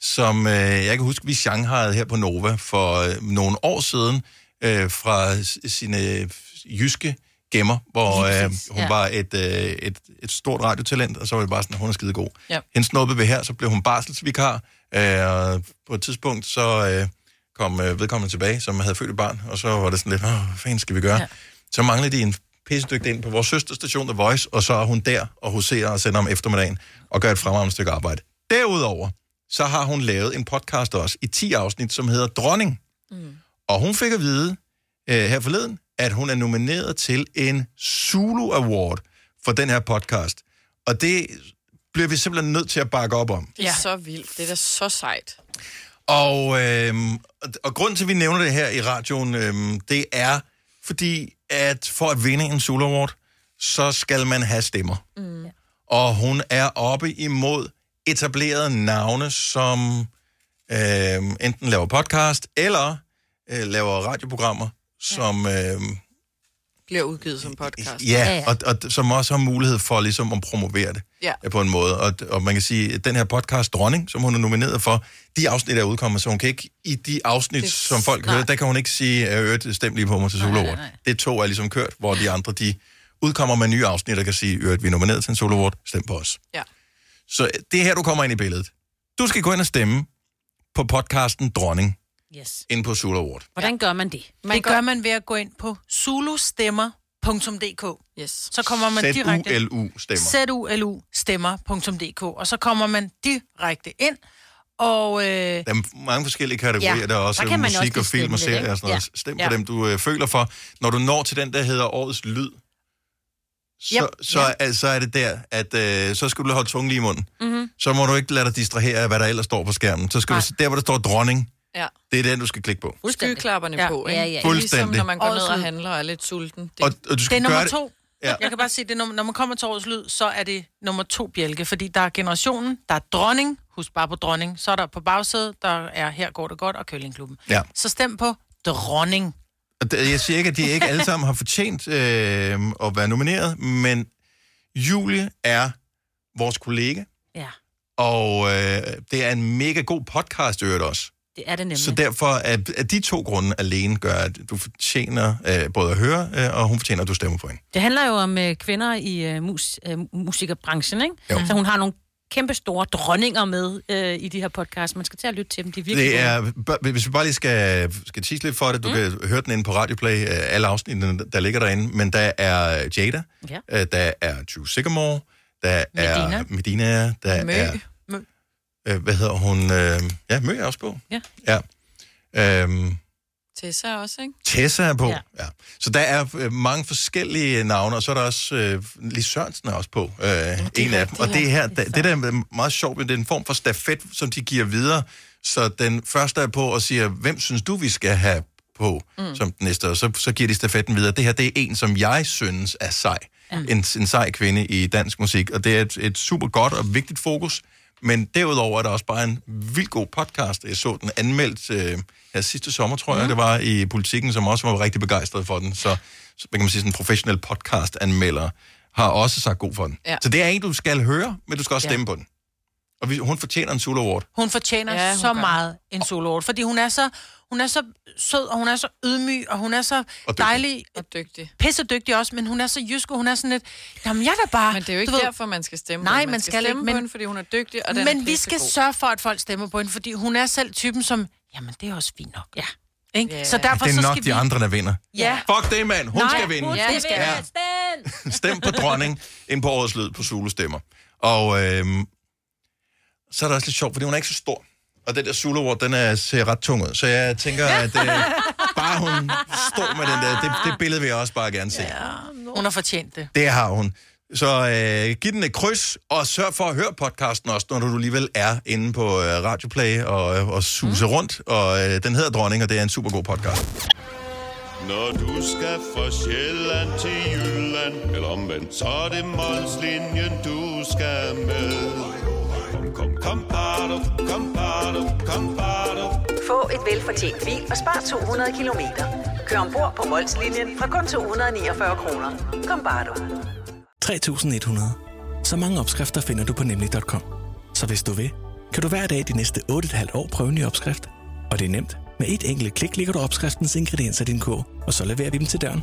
S1: som øh, jeg kan huske, vi shanghajede her på Nova for øh, nogle år siden øh, fra s- sine øh, jyske gemmer, hvor
S5: Lige
S1: øh,
S5: præcis,
S1: hun
S5: ja.
S1: var et, øh, et, et stort radiotalent, og så var det bare sådan, at hun er skide god.
S5: Ja.
S1: Hende snuppede vi her, så blev hun barselsvikar, øh, og på et tidspunkt så øh, kom øh, vedkommende tilbage, som havde født et barn, og så var det sådan lidt, "Åh, hvad fanden skal vi gøre? Ja. Så manglede de en pissedygtig ind på vores søsterstation The Voice, og så er hun der og huserer og sender om eftermiddagen og gør et fremragende stykke arbejde. Derudover, så har hun lavet en podcast også i 10 afsnit, som hedder Dronning. Og hun fik at vide øh, her forleden, at hun er nomineret til en Zulu Award for den her podcast. Og det bliver vi simpelthen nødt til at bakke op om.
S3: Det er ja. så vildt. Det er da så sejt.
S1: Og, øh, og grunden til, at vi nævner det her i radioen, øh, det er fordi, at for at vinde en Zulu Award, så skal man have stemmer. Mm. Og hun er oppe imod etablerede navne, som øh, enten laver podcast, eller øh, laver radioprogrammer, som... Øh,
S3: Bliver udgivet som podcast.
S1: Ja, og, og som også har mulighed for ligesom at promovere det
S3: Ja.
S1: øh, på en måde. Og, og man kan sige, at den her podcast Dronning, som hun er nomineret for, de afsnit er udkommet, så hun kan ikke i de afsnit, det, som folk hører, der kan hun ikke sige, at øh, stem lige på mig til soloord. Det to er ligesom kørt, hvor de andre, de udkommer med nye afsnit, og kan sige, at vi er nomineret til en soloord, stem på os.
S3: Ja.
S1: Så øh, det er her, du kommer ind i billedet. Du skal gå ind og stemme på podcasten Dronning
S7: Yes.
S1: ind på Solo Award.
S7: Hvordan gør man det?
S4: Man det gør man ved at gå ind på zulustemmer.dk.
S3: Yes.
S4: Så kommer man direkte...
S1: ZULU stemmer.
S4: ZULU stemmer.dk. Og så kommer man direkte ind, og... Øh,
S1: Der er mange forskellige kategorier.
S4: Ja,
S1: Ja, der er også
S4: der kan man
S1: musik
S4: også
S1: og
S4: bestemme
S1: film og
S4: lidt,
S1: serier
S4: ikke?
S1: og sådan noget.
S4: Ja.
S1: Ja. Stem på
S4: Ja.
S1: dem, du øh, føler for. Når du når til den, der hedder Årets Lyd, så,
S5: Yep.
S1: så,
S5: Ja.
S1: er, så er det der, at øh, så skal du holde tungen lige i munden.
S4: Mm.
S3: Mm-hmm.
S5: Mhm.
S1: Så må du ikke lade dig distrahere af, hvad der ellers står på skærmen. Så skal du, der, hvor der står dronning,
S3: Ja.
S1: det er den, du skal klikke på.
S3: Skyklapperne
S4: Ja.
S3: på,
S4: Ja,
S3: ikke?
S4: ja, ja.
S3: Ligesom
S1: Fuldstændig.
S3: når man går ned
S4: Årets
S3: og
S4: lyd.
S3: handler og er lidt sulten.
S1: Og, og du
S4: det er
S1: skal
S4: nummer
S1: gøre
S4: to.
S1: Ja.
S4: Ja. Jeg kan bare sige, det er nummer, når man kommer til årets lyd, så er det nummer to bjælke, fordi der er generationen, der er dronning, husk bare på dronning, så er der på bagsædet, der er her går det godt, og Køllingklubben.
S1: Ja.
S4: Så stem på dronning.
S1: Og det- Jeg siger ikke, at de ikke alle sammen har fortjent øh, at være nomineret, men Julie er vores kollega,
S7: Ja,
S1: og øh, det er en mega god podcast, i øvrigt også.
S7: det er det nemlig.
S1: Så derfor, at, at de to grunde alene gør, at du fortjener øh, både at høre, øh, og hun fortjener, at du stemmer på hende.
S7: Det handler jo om øh, kvinder i øh, mus, øh, musikerbranchen, ikke? Jo. Så hun har nogle kæmpe store dronninger med øh, i de her podcasts. Man skal til at lytte til dem. De er virkelig
S1: Det
S7: gode.
S1: er, b- hvis vi bare lige skal, skal tease lidt for det, du mm. kan høre den inde på Radioplay, øh, alle afsnittene, der ligger derinde, men der er Jada,
S7: Ja.
S1: øh, der er Drew Sycamore, der Medina. er Medina, der
S5: Mø.
S1: er... Øh, hvad hedder hun? Øh, ja, Mø er også på.
S7: Ja.
S1: ja. Øhm,
S3: Tessa også, ikke?
S1: Tessa er på.
S3: Ja.
S1: Ja. Ja. Så der er øh, mange forskellige navne, og så er der også øh, Lis Sørensen er også på, øh, en af dem. Og det her, det, det der er meget sjovt, men det er en form for stafet, som de giver videre. Så den første er på og siger, hvem synes du, vi skal have på
S5: Mm.
S1: mm. som den næste? Og så, så giver de stafetten videre. Det her, det er en, som jeg synes er sej.
S5: Ja.
S1: Ja. En, en sej kvinde i dansk musik. Og det er et, et super godt og vigtigt fokus. Men derudover er der også bare en vildt god podcast. Jeg så den anmeldt øh, her sidste sommer, tror jeg, mm. det var i Politiken, som også var rigtig begejstret for den. Så, så hvad kan man sige, sådan en professionel podcast-anmelder har også sagt god for den.
S4: Ja.
S1: Så det er en, du skal høre, men du skal også
S4: Ja.
S1: stemme på den. Og vi, hun fortjener en Sula Award.
S4: Hun fortjener
S1: Ja,
S4: ja,
S1: hun
S4: hun så
S1: gør.
S4: meget en soloort, fordi hun er så hun er så sød, og hun er så ydmyg, og hun er så og dejlig.
S3: Og dygtig.
S4: Pisse dygtig også, men hun er så jysk, og hun er sådan lidt, jamen jeg er da bare... Men det er
S3: jo ikke derfor, man skal stemme på
S4: Nej,
S3: hende. Man
S4: man
S3: skal
S4: skal,
S3: stemme
S4: ikke,
S3: på
S4: men,
S3: hende, fordi hun er dygtig, og den er
S4: Men vi skal
S3: pissegod.
S4: sørge for, at folk stemmer på hende, fordi hun er selv typen som, jamen det er også fint nok. Ja. Ikke?
S1: Ja.
S4: Så derfor
S1: det er
S4: så
S1: nok
S4: skal
S1: de
S4: vi...
S1: andre, der vinder.
S4: Ja.
S1: Fuck det, mand. Hun
S4: Nej,
S1: skal vinde.
S4: hun
S1: Ja.
S4: skal vinde.
S1: (laughs) Stem på dronning ind på årets lyd på Zulu stemmer. Og øhm, så er det også lidt sjovt, fordi hun er ikke så stor. Og den der Zulu-ord, den er, ser ret tung ud. Så jeg tænker, at øh, bare hun står med den der. Det, det billede vil jeg også bare gerne se.
S4: Hun har fortjent det.
S1: Det har hun. Så øh, giv den et kryds, og sørg for at høre podcasten også, når du alligevel er inde på øh, Radioplay og, øh, og suser mm. rundt. Og øh, den hedder Dronning, og det er en super god podcast.
S18: Når du skal fra Sjælland til Jylland, eller omvendt, så er det Molslinjen, du skal med. Kom, kom, kom, bado, kom, bado, kom, bado.
S20: Få et velfortjent bil og spar 200 kilometer. Kør ombord på Molslinjen fra kun 249 kroner. Kom bare du.
S10: 3100. Så mange opskrifter finder du på nemlig.com. Så hvis du vil, kan du hver dag de næste 8,5 år prøve en ny opskrift. Og det er nemt. Med et enkelt klik ligger du opskriftens ingredienser i din kog, og så leverer vi dem til døren.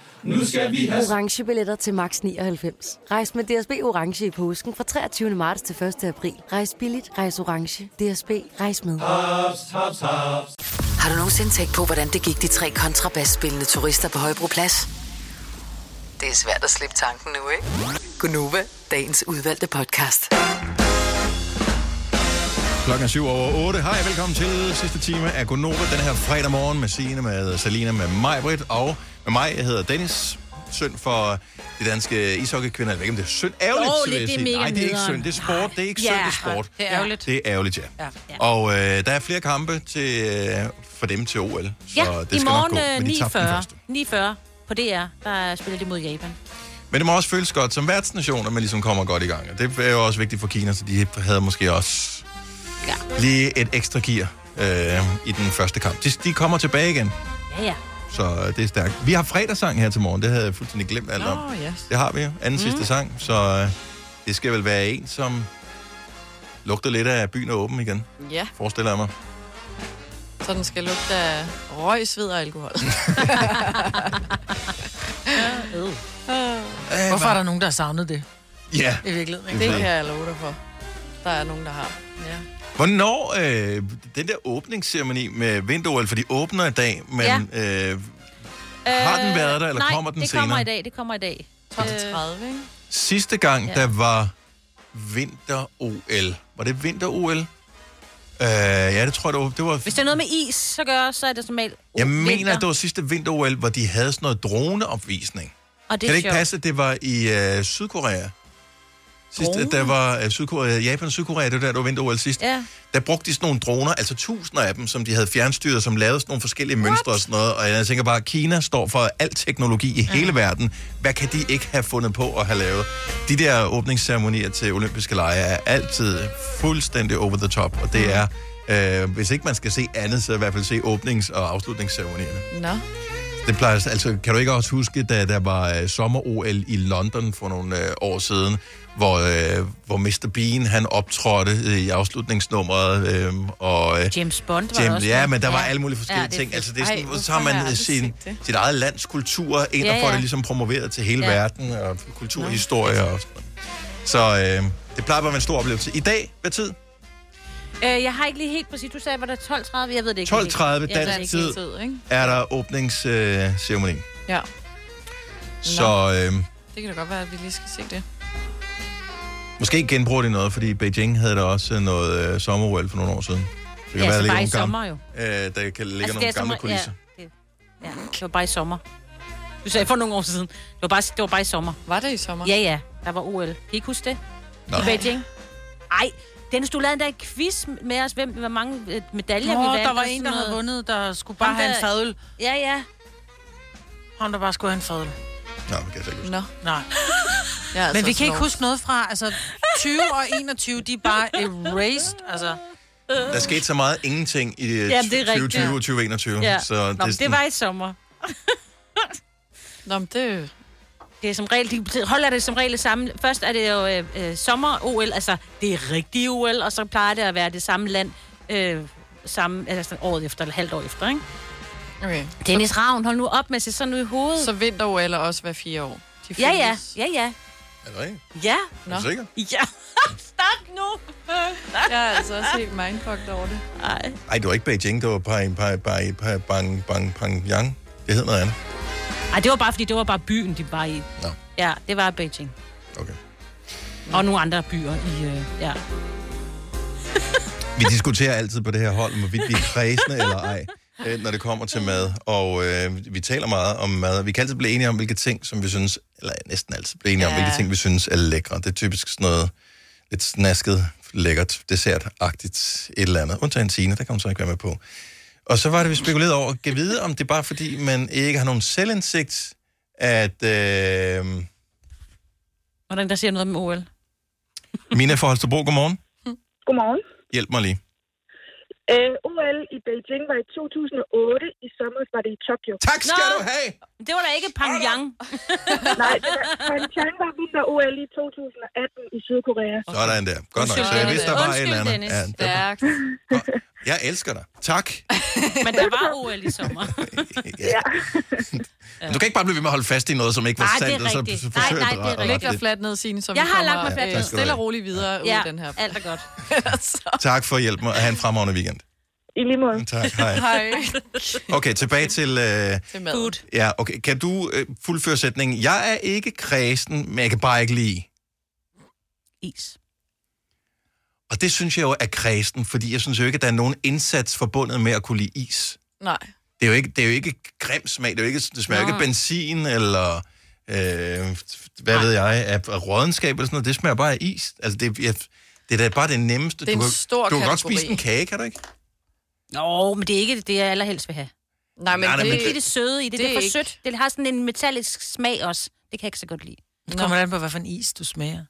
S23: Nu skal vi have...
S24: orange billetter til max 99. Rejs med DSB orange i påsken fra 23. marts til 1. april. Rejs billigt, rejs orange. DSB rejs med.
S23: Haps, haps, haps.
S8: Har du nogensinde tænkt på, hvordan det gik de tre kontrabasspillende turister på Højbroplads? Det er svært at slippe tanken nu, ikke? Gunova, dagens udvalgte podcast.
S1: Klokken er syv over 8. Hej, velkommen til sidste time af Gonova den her fredag morgen med Signe, med Salina, med mig, Britt, og med mig, jeg hedder Dennis. Synd for de danske ishockeykvinder. Jeg ved ikke, om det er synd. Ærgerligt,
S7: Dårligt,
S1: vil jeg
S7: det er mega
S1: sige. Nej, det er ikke
S7: nederen.
S1: synd. Det er sport. Det er ikke synd, det er sport.
S7: Det er ærgerligt.
S1: Det er ærgerligt, ja.
S7: Ja.
S1: Og øh, der er flere kampe til, øh, for dem til OL. Så
S7: Ja,
S1: det skal
S7: i morgen
S1: nok gå, men de tabte den første.
S7: øh, 9.40. 9.40 på DR, der spiller de mod Japan.
S1: Men det må også føles godt som værtsnation, at man ligesom kommer godt i gang. Og det er jo også vigtigt for Kina, så de havde måske også ja. lige et ekstra gear øh, i den første kamp. De, de kommer tilbage igen,
S7: Ja, ja.
S1: så det er stærkt. Vi har fredagssang her til morgen, det havde jeg fuldstændig glemt alt om.
S3: Åh, yes.
S1: Det har vi jo, anden mm. sidste sang, så øh, det skal vel være en, som lugter lidt af byen er åben igen,
S3: Ja,
S1: forestiller jeg mig.
S3: så den skal lugte af røg, sved og
S4: (laughs)
S3: alkohol.
S4: Hvorfor er der nogen, der har savnet det?
S1: Ja.
S4: I virkeligheden, ikke?
S3: Det kan jeg love dig for. Der er nogen, der har. Ja.
S1: Hvornår øh, den der åbningsceremoni med vinduer, for de åbner i dag, men ja. øh, Har den været der, eller
S7: Øh, nej,
S1: kommer den
S7: det kommer
S1: senere?
S7: i dag, det kommer i dag.
S3: 12.30,
S7: Øh,
S3: ikke?
S1: Sidste gang,
S7: Ja.
S1: ja. der var vinter-OL. Var det vinter-OL? Øh, ja, det tror jeg, det var. Det var
S7: Hvis det er noget med is, så gør, så er det som regel
S1: jeg mener, at det var sidste vinter-OL, hvor de havde sådan noget droneopvisning.
S7: Og det
S1: kan
S7: er
S1: det ikke
S7: sjovt.
S1: passe, at det var i øh, Sydkorea? Sidst, at der
S7: Drone?
S1: var øh, Sydkorea, Japan og Sydkorea, det var der, der var vinter-OL sidst.
S7: Oh. Ja.
S1: Der brugte de sådan nogle droner, altså tusinder af dem, som de havde fjernstyret, som lavede sådan nogle forskellige What? mønstre og sådan noget. Og jeg tænker bare, at Kina står for al teknologi i hele verden. Hvad kan de ikke have fundet på at have lavet? De der åbningsceremonier til olympiske lege er altid fuldstændig over the top, og det
S7: Mm.
S1: er... Øh, hvis ikke man skal se andet, så i hvert fald se åbnings- og afslutningsceremonierne.
S3: Nå.
S1: Det plejer, altså, kan du ikke også huske, da der var øh, sommer-OL i London for nogle øh, år siden, hvor, øh, hvor Mr. Bean, han optrådte øh, i afslutningsnummeret, øh, og... Øh,
S7: James Bond var
S1: Jam-
S7: der også
S1: Ja,
S7: med.
S1: men der var
S7: Ja.
S1: alle mulige forskellige
S7: Ja, det er
S1: ja, ting.
S7: fedt.
S1: Altså, det er sådan,
S7: Ej,
S1: Ej,
S7: hvorfor
S1: så har
S7: har jeg
S1: man
S7: aldrig
S1: sin,
S7: set det?
S1: sit eget lands kultur ind ja,
S7: Ja,
S1: og får
S7: ja.
S1: det ligesom promoveret til hele
S7: Ja.
S1: ja. verden, og kulturhistorie og sådan noget. Så øh, det plejer bare at være en stor oplevelse. I dag, hvad tid?
S7: Øh, jeg har ikke lige helt præcis, du sagde, var der 12.30, jeg ved det ikke.
S1: 12.30
S7: Jeg ved det
S1: dansk
S7: ikke.
S1: tid
S3: ikke?
S1: er der åbningsceremonien. Øh, ceremoni.
S3: Ja,
S1: så øh,
S3: det kan da godt være, at vi lige skal se det.
S1: Måske genbruger de noget, fordi Beijing havde der også noget øh, sommer for nogle år siden. Det
S7: Ja,
S1: være,
S7: så bare i
S1: der ligger nogle
S7: sommer jo.
S1: gamle- Øh, der kan ligge
S7: Altså,
S1: altså, nogle
S7: det er
S1: gamle
S7: sommer-
S1: kulisser.
S7: Ja, det, ja, det var bare i sommer. Du sagde for nogle år siden. Det var bare, det var bare i sommer.
S3: Var det i sommer?
S7: Ja, ja. Der var OL. Kan I ikke huske det?
S1: Nå.
S7: I Beijing? Ej, Dennis, du lavede endda en quiz med os, hvem, hvor mange øh, medaljer
S4: Nå,
S7: vi vandt.
S4: der var
S7: og
S4: en,
S7: sådan
S4: der havde
S7: noget.
S4: vundet, der skulle bare
S7: Ham,
S4: have en
S7: der-
S4: fadøl.
S7: Ja, ja.
S4: Ham, der bare skulle have en fadøl.
S1: Nå, det kan jeg slet ikke huske.
S3: Nå.
S7: (laughs)
S4: Nej.
S3: Jeg er
S4: Men
S3: altså
S4: vi kan ikke
S3: snor.
S4: huske noget fra, altså 20 og 21, de er bare erased, altså.
S1: Der skete så meget ingenting i øh,
S4: Jamen, det er rigtigt.
S1: 2020 og 2021.
S7: Ja.
S1: Så
S7: Nå,
S1: det, er
S7: men
S1: sådan,
S7: det var i sommer.
S3: Nå, men det...
S7: Det er som regel, de holder det som regel sammen. Først er det jo øh, øh, sommer-OL, altså det er rigtig OL, og så plejer det at være det samme land øh, samme, altså sådan året efter, eller halvt år efter, ikke?
S3: Okay.
S7: Dennis Ravn, hold nu op med at se sådan ud i hovedet.
S3: Så vinter-OL er også hver fire år. De
S7: Ja, ja,
S3: findes.
S7: ja, ja.
S1: Er det rigtigt?
S7: Ja.
S1: Er du sikker?
S7: (laughs) Ja. Stop nu.
S3: Jeg er altså også helt mindfucked over det.
S7: Nej.
S1: Ej, det var ikke Beijing, det var Pai, Pai, Pai, Pai, Bang, Bang, Bang, Yang. Det hed noget andet.
S7: Ej, det var bare, fordi det var bare byen, de var i.
S1: Nå.
S7: Ja, det var Beijing.
S1: Okay.
S7: Og nogle andre byer i, øh, ja.
S1: Vi diskuterer altid på det her hold, om vi er kredsende eller ej, øh, når det kommer til mad. Og øh, vi taler meget om mad, og vi kan altid blive enige om, hvilke ting, som vi synes, eller næsten altid blive enige om,
S5: Ja.
S1: hvilke ting, vi synes er lækre. Det er typisk sådan noget lidt snasket, lækkert, dessertagtigt et eller andet. Undtagen Signe, der kan hun så ikke være med på. Og så var det, vi spekulerede over, at vide, om det er bare fordi, man ikke har nogen selvindsigt, at... Øh,
S7: Hvordan der siger noget om OL?
S1: Mina fra Holstebro, godmorgen.
S11: Godmorgen.
S1: Hjælp mig lige.
S11: Øh, OL i Beijing var i 2008. I sommer var det i Tokyo.
S1: Tak
S11: skal
S1: du have!
S7: Det var da ikke Pyongyang.
S11: Nej, det var- Pyeongchang var vinter OL i 2018 i Sydkorea.
S1: Sådan der. Godt nok. Så jeg vidste, der var et eller andet. Ja, der var-
S11: (laughs)
S1: Jeg elsker dig.
S3: (laughs)
S1: Tak.
S7: Men der var OL i sommer.
S1: ja. Men Du kan ikke bare blive ved med at holde fast i noget, som ikke var
S3: Nej, det er
S1: sandt, og så
S3: rigtigt.
S1: forsøge
S3: Nej,
S1: at rette
S3: Læg dig
S1: det.
S3: fladt ned, Signe, som
S7: Jeg
S3: vi
S7: har
S3: kommer,
S7: lagt mig fladt
S3: øh,
S7: ned.
S3: Stille og roligt videre ja. ud
S7: Ja,
S3: af den her.
S7: alt
S3: (laughs)
S7: er godt.
S1: Tak for hjælpen, og have en fremragende weekend.
S11: I lige måde.
S1: Mm, Tak, hej.
S3: (laughs)
S1: Okay, tilbage til... Øh,
S3: Til mad. Food.
S1: ja, okay. Kan du øh, fuldføre sætningen? Jeg er ikke kredsen, men jeg kan bare ikke lide.
S7: Is.
S1: Og det synes jeg jo er kredsen, fordi jeg synes jo ikke, at der er nogen indsats forbundet med at kunne lide is.
S3: Nej.
S1: Det er jo ikke, det er jo ikke grim smag. Det, er jo ikke, det smager jo
S3: Nå.
S1: ikke af benzin eller... Øh, hvad ved jeg, af af rådenskab eller sådan noget, det smager bare af is. Altså, det, jeg, det er da bare det nemmeste.
S7: Det er en
S1: du kan,
S7: stor
S1: Du kan godt
S7: kategori.
S1: spise en kage, kan du ikke?
S7: Nå, men det er ikke det, jeg allerhelst vil have.
S3: Nej,
S1: men Nej, nej, det-
S7: det,
S1: men
S7: det er
S1: det-
S7: det søde i det. Det, det er for ikke... sødt. Det har sådan en metallisk smag også. Det kan jeg ikke så godt lide.
S4: Det kommer an på, hvad for en is du smager.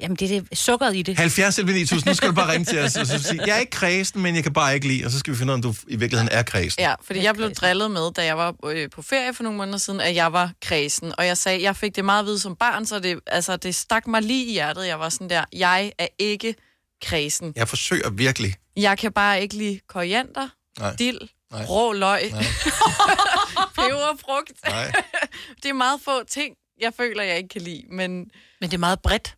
S7: Jamen, det er det sukkeret i det.
S1: 70 11 9000, nu skal du bare ringe til os og så sige, jeg er ikke kredsen, men jeg kan bare ikke lide, og så skal vi finde ud af, om du i virkeligheden er kredsen.
S3: Ja, fordi jeg blev drillet med, da jeg var øh, på ferie for nogle måneder siden, at jeg var kredsen. Og jeg sagde, jeg fik det meget vidt som barn, så det, altså, det stak mig lige i hjertet. Jeg var sådan der, jeg er ikke kredsen.
S1: Jeg forsøger virkelig.
S3: Jeg kan bare ikke lide koriander,
S1: Nej.
S3: dild,
S1: Nej.
S3: rå løg, (laughs) peber og frugt.
S1: Nej.
S3: (laughs) det er meget få ting, jeg føler, jeg ikke kan lide, men...
S4: Men det er meget bredt.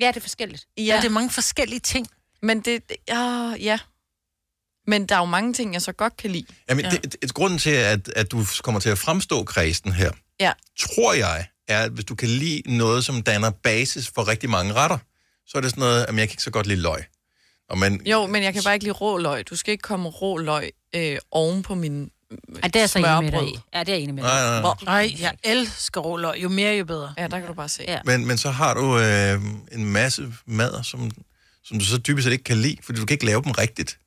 S7: Ja, det er forskelligt.
S3: Ja,
S4: Ja, det er mange forskellige ting.
S3: Men det... det åh, ja. Men der er jo mange ting, jeg så godt kan lide.
S1: Jamen,
S3: ja.
S1: ja. det, det, grunden til, at, at du kommer til at fremstå kredsen her,
S3: Ja.
S1: tror jeg, er, at hvis du kan lide noget, som danner basis for rigtig mange retter, så er det sådan noget, at jeg kan ikke så godt lide løg. Og man,
S3: Jo, men jeg kan bare ikke lide rå løg. Du skal ikke komme rå løg øh, oven på min
S7: Ej, det er jeg så enig med dig
S3: smørbrød.
S7: i. Ja, det er jeg enig med
S1: Nej, nej, nej.
S7: dig.
S4: Nej, jeg elsker råløg. Jo mere, jo bedre.
S3: Ja, der kan du bare se.
S7: Ja.
S1: men, men så har du øh, en masse mader, som, som du så dybest set ikke kan lide, fordi du kan ikke lave dem rigtigt.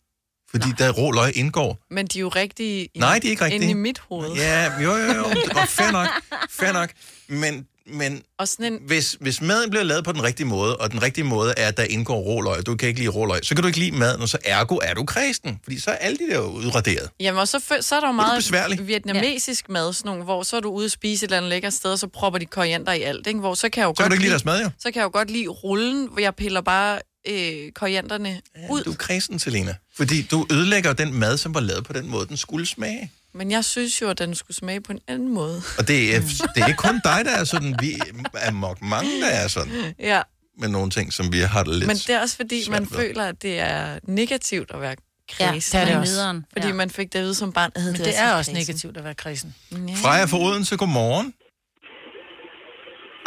S1: Fordi Nej. der rå løg indgår.
S3: Men de er jo rigtige i-
S1: Nej, de er ikke
S3: inde
S1: rigtige.
S3: i mit hoved.
S1: Ja, jo, jo, jo. Og fair nok. Fair nok. Men, men
S3: og sådan en...
S1: hvis, hvis maden bliver lavet på den rigtige måde, og den rigtige måde er, at der indgår råløg, og du kan ikke lide råløg, så kan du ikke lide maden, og så ergo er du kristen, fordi så er alle de der jo udraderet.
S3: Jamen, og så, fø- så er der jo
S1: er
S3: meget
S1: besværlig.
S3: vietnamesisk mad, sådan nogle, hvor så er du ude og spise et eller andet lækkert sted, og så propper de koriander i alt, ikke? Hvor så kan jeg jo
S1: kan
S3: godt
S1: du ikke lide deres mad, jo.
S3: Så kan jeg jo godt lide rullen, hvor jeg piller bare øh, korianderne ja, ud.
S1: Du er kristen, Selena, fordi du ødelægger den mad, som var lavet på den måde, den skulle smage.
S3: Men jeg synes jo, at den skulle smage på en anden måde.
S1: Og det er, det er ikke kun dig, der er sådan. Vi er nok mange, der er sådan.
S3: (laughs) Ja,
S1: Med nogle ting, som vi har det lidt.
S3: men det er også fordi, man
S1: svært ved.
S3: føler, at det er negativt at være
S4: Ja,
S3: kredsen.
S4: det er det
S3: ikke?
S4: også. Nederen,
S3: Fordi
S4: ja.
S3: man fik det at vide som barn. at
S4: Men
S3: så
S4: det, er også
S3: kræsen."
S4: negativt at være krisen.
S1: Freja fra Odense, godmorgen.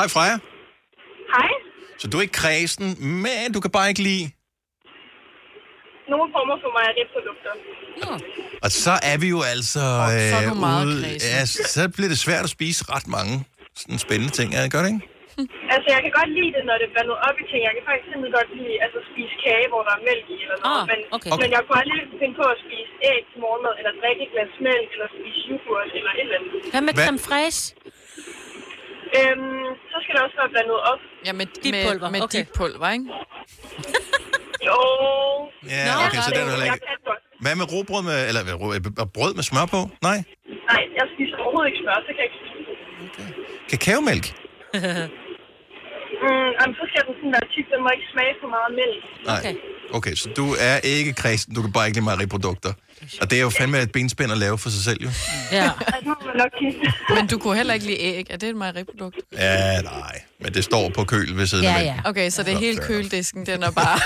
S1: Hej Freja.
S11: Hej.
S1: Så du er ikke kredsen, men du kan bare ikke lide.
S11: Nogle former for mejeriprodukter.
S1: Og så er vi jo altså
S11: så er du meget
S1: ude.
S11: kræsen.
S1: Ja, så bliver det svært at spise ret mange sådan spændende ting, er det godt, ikke?
S11: (laughs) Altså, jeg kan godt lide det, når det er blandet op i ting. Jeg kan for eksempel godt lide altså, spise kage, hvor der er mælk i eller noget.
S7: Ah,
S11: men,
S7: okay.
S11: men jeg kunne aldrig finde på at spise æg til morgenmad, eller drikke et glas mælk, eller spise yoghurt, eller et eller andet.
S7: Hvad med creme fraise?
S11: Øhm, så skal det også være blandet op.
S3: Ja, med,
S11: Dit
S3: med,
S11: pulver,
S3: med
S11: okay.
S3: dit pulver, ikke?
S11: (laughs) Jo.
S1: Ja, okay, så det er du heller
S11: jeg
S1: ikke.
S11: kan godt.
S1: Hvad med robrød med, eller hvad, rå- øh, brød med smør på? Nej.
S11: Nej, jeg spiser overhovedet ikke smør, så kan jeg ikke spise det.
S1: Kakaomælk?
S11: Mm, jamen, så skal den sådan være tyk. Den må ikke smage for meget mælk.
S1: Nej. Okay, så du er ikke kristen, du kan bare ikke lide mejeriprodukter. Og det er jo fandme et benspænd at lave for sig selv, jo.
S3: Ja.
S11: nok
S3: (laughs) Men du kunne heller ikke lide æg. Er det et mejeriprodukt?
S1: Ja, nej. Men det står på køl ved siden af væggen.
S3: Okay, så det er hele køledisken, den er bare...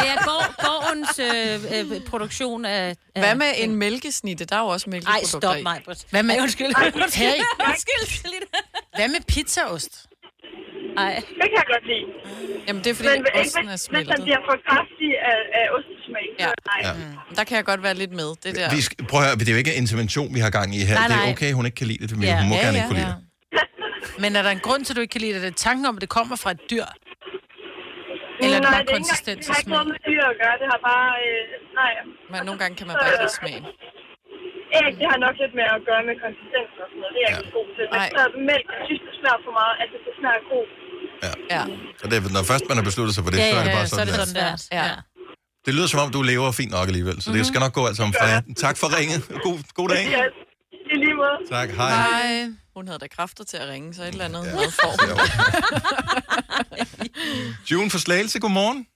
S7: Det er gård, gårdens øh, øh, produktion af... af
S3: Hvad med en mælkesnitte? Der er jo også
S7: Ej,
S3: mælkeprodukter
S7: stop
S3: i.
S7: mig.
S4: Hvad med...
S7: Ej, undskyld.
S4: Hey.
S7: Undskyld.
S4: Hvad med pizzaost?
S7: Nej.
S11: Det kan jeg godt lide.
S3: Jamen, det er fordi,
S11: Men
S3: at
S11: ikke,
S3: osten er
S11: hvis, hvis den
S3: smeltet.
S11: bliver for kraftig af, af ostesmag, så nej.
S1: Ja.
S3: Mm. Der kan jeg godt være lidt med, det der.
S1: Vi skal, prøv at høre, det er jo ikke en intervention, vi har gang i her.
S4: Nej,
S1: Det
S4: nej.
S1: er okay, hun ikke kan lide det, men hun må gerne ikke kunne lide det.
S4: Men er der en grund til, at du ikke kan lide det? Er det tanken om, at det kommer fra et dyr? Eller er det
S11: Mm, nej, det,
S4: bare
S11: er ikke, engang-
S4: konsistens
S11: det
S4: og
S11: har ikke
S4: smag?
S11: noget med dyr at gøre. Det har bare... Øh, nej.
S3: Men nogle gange kan man bare ikke lide smagen.
S11: Æg, det har nok lidt med at gøre med konsistens og sådan noget. Det er jeg ikke så god til. Men så mælk, jeg synes, det smager for meget. Altså, det smager god.
S3: Ja.
S1: Så det, er- når først man har besluttet sig for det, så er det bare sådan, det,
S3: der. Ja.
S1: det lyder som om, du lever fint nok alligevel,
S11: Mhm.
S1: så det skal nok gå alt sammen for jer. Tak for ringet. God, god dag.
S11: Ja, i lige måde.
S1: Tak, hej. hej.
S3: Hun havde da kræfter til at ringe, så et eller andet. Ja. For.
S1: June fra Slagelse, godmorgen.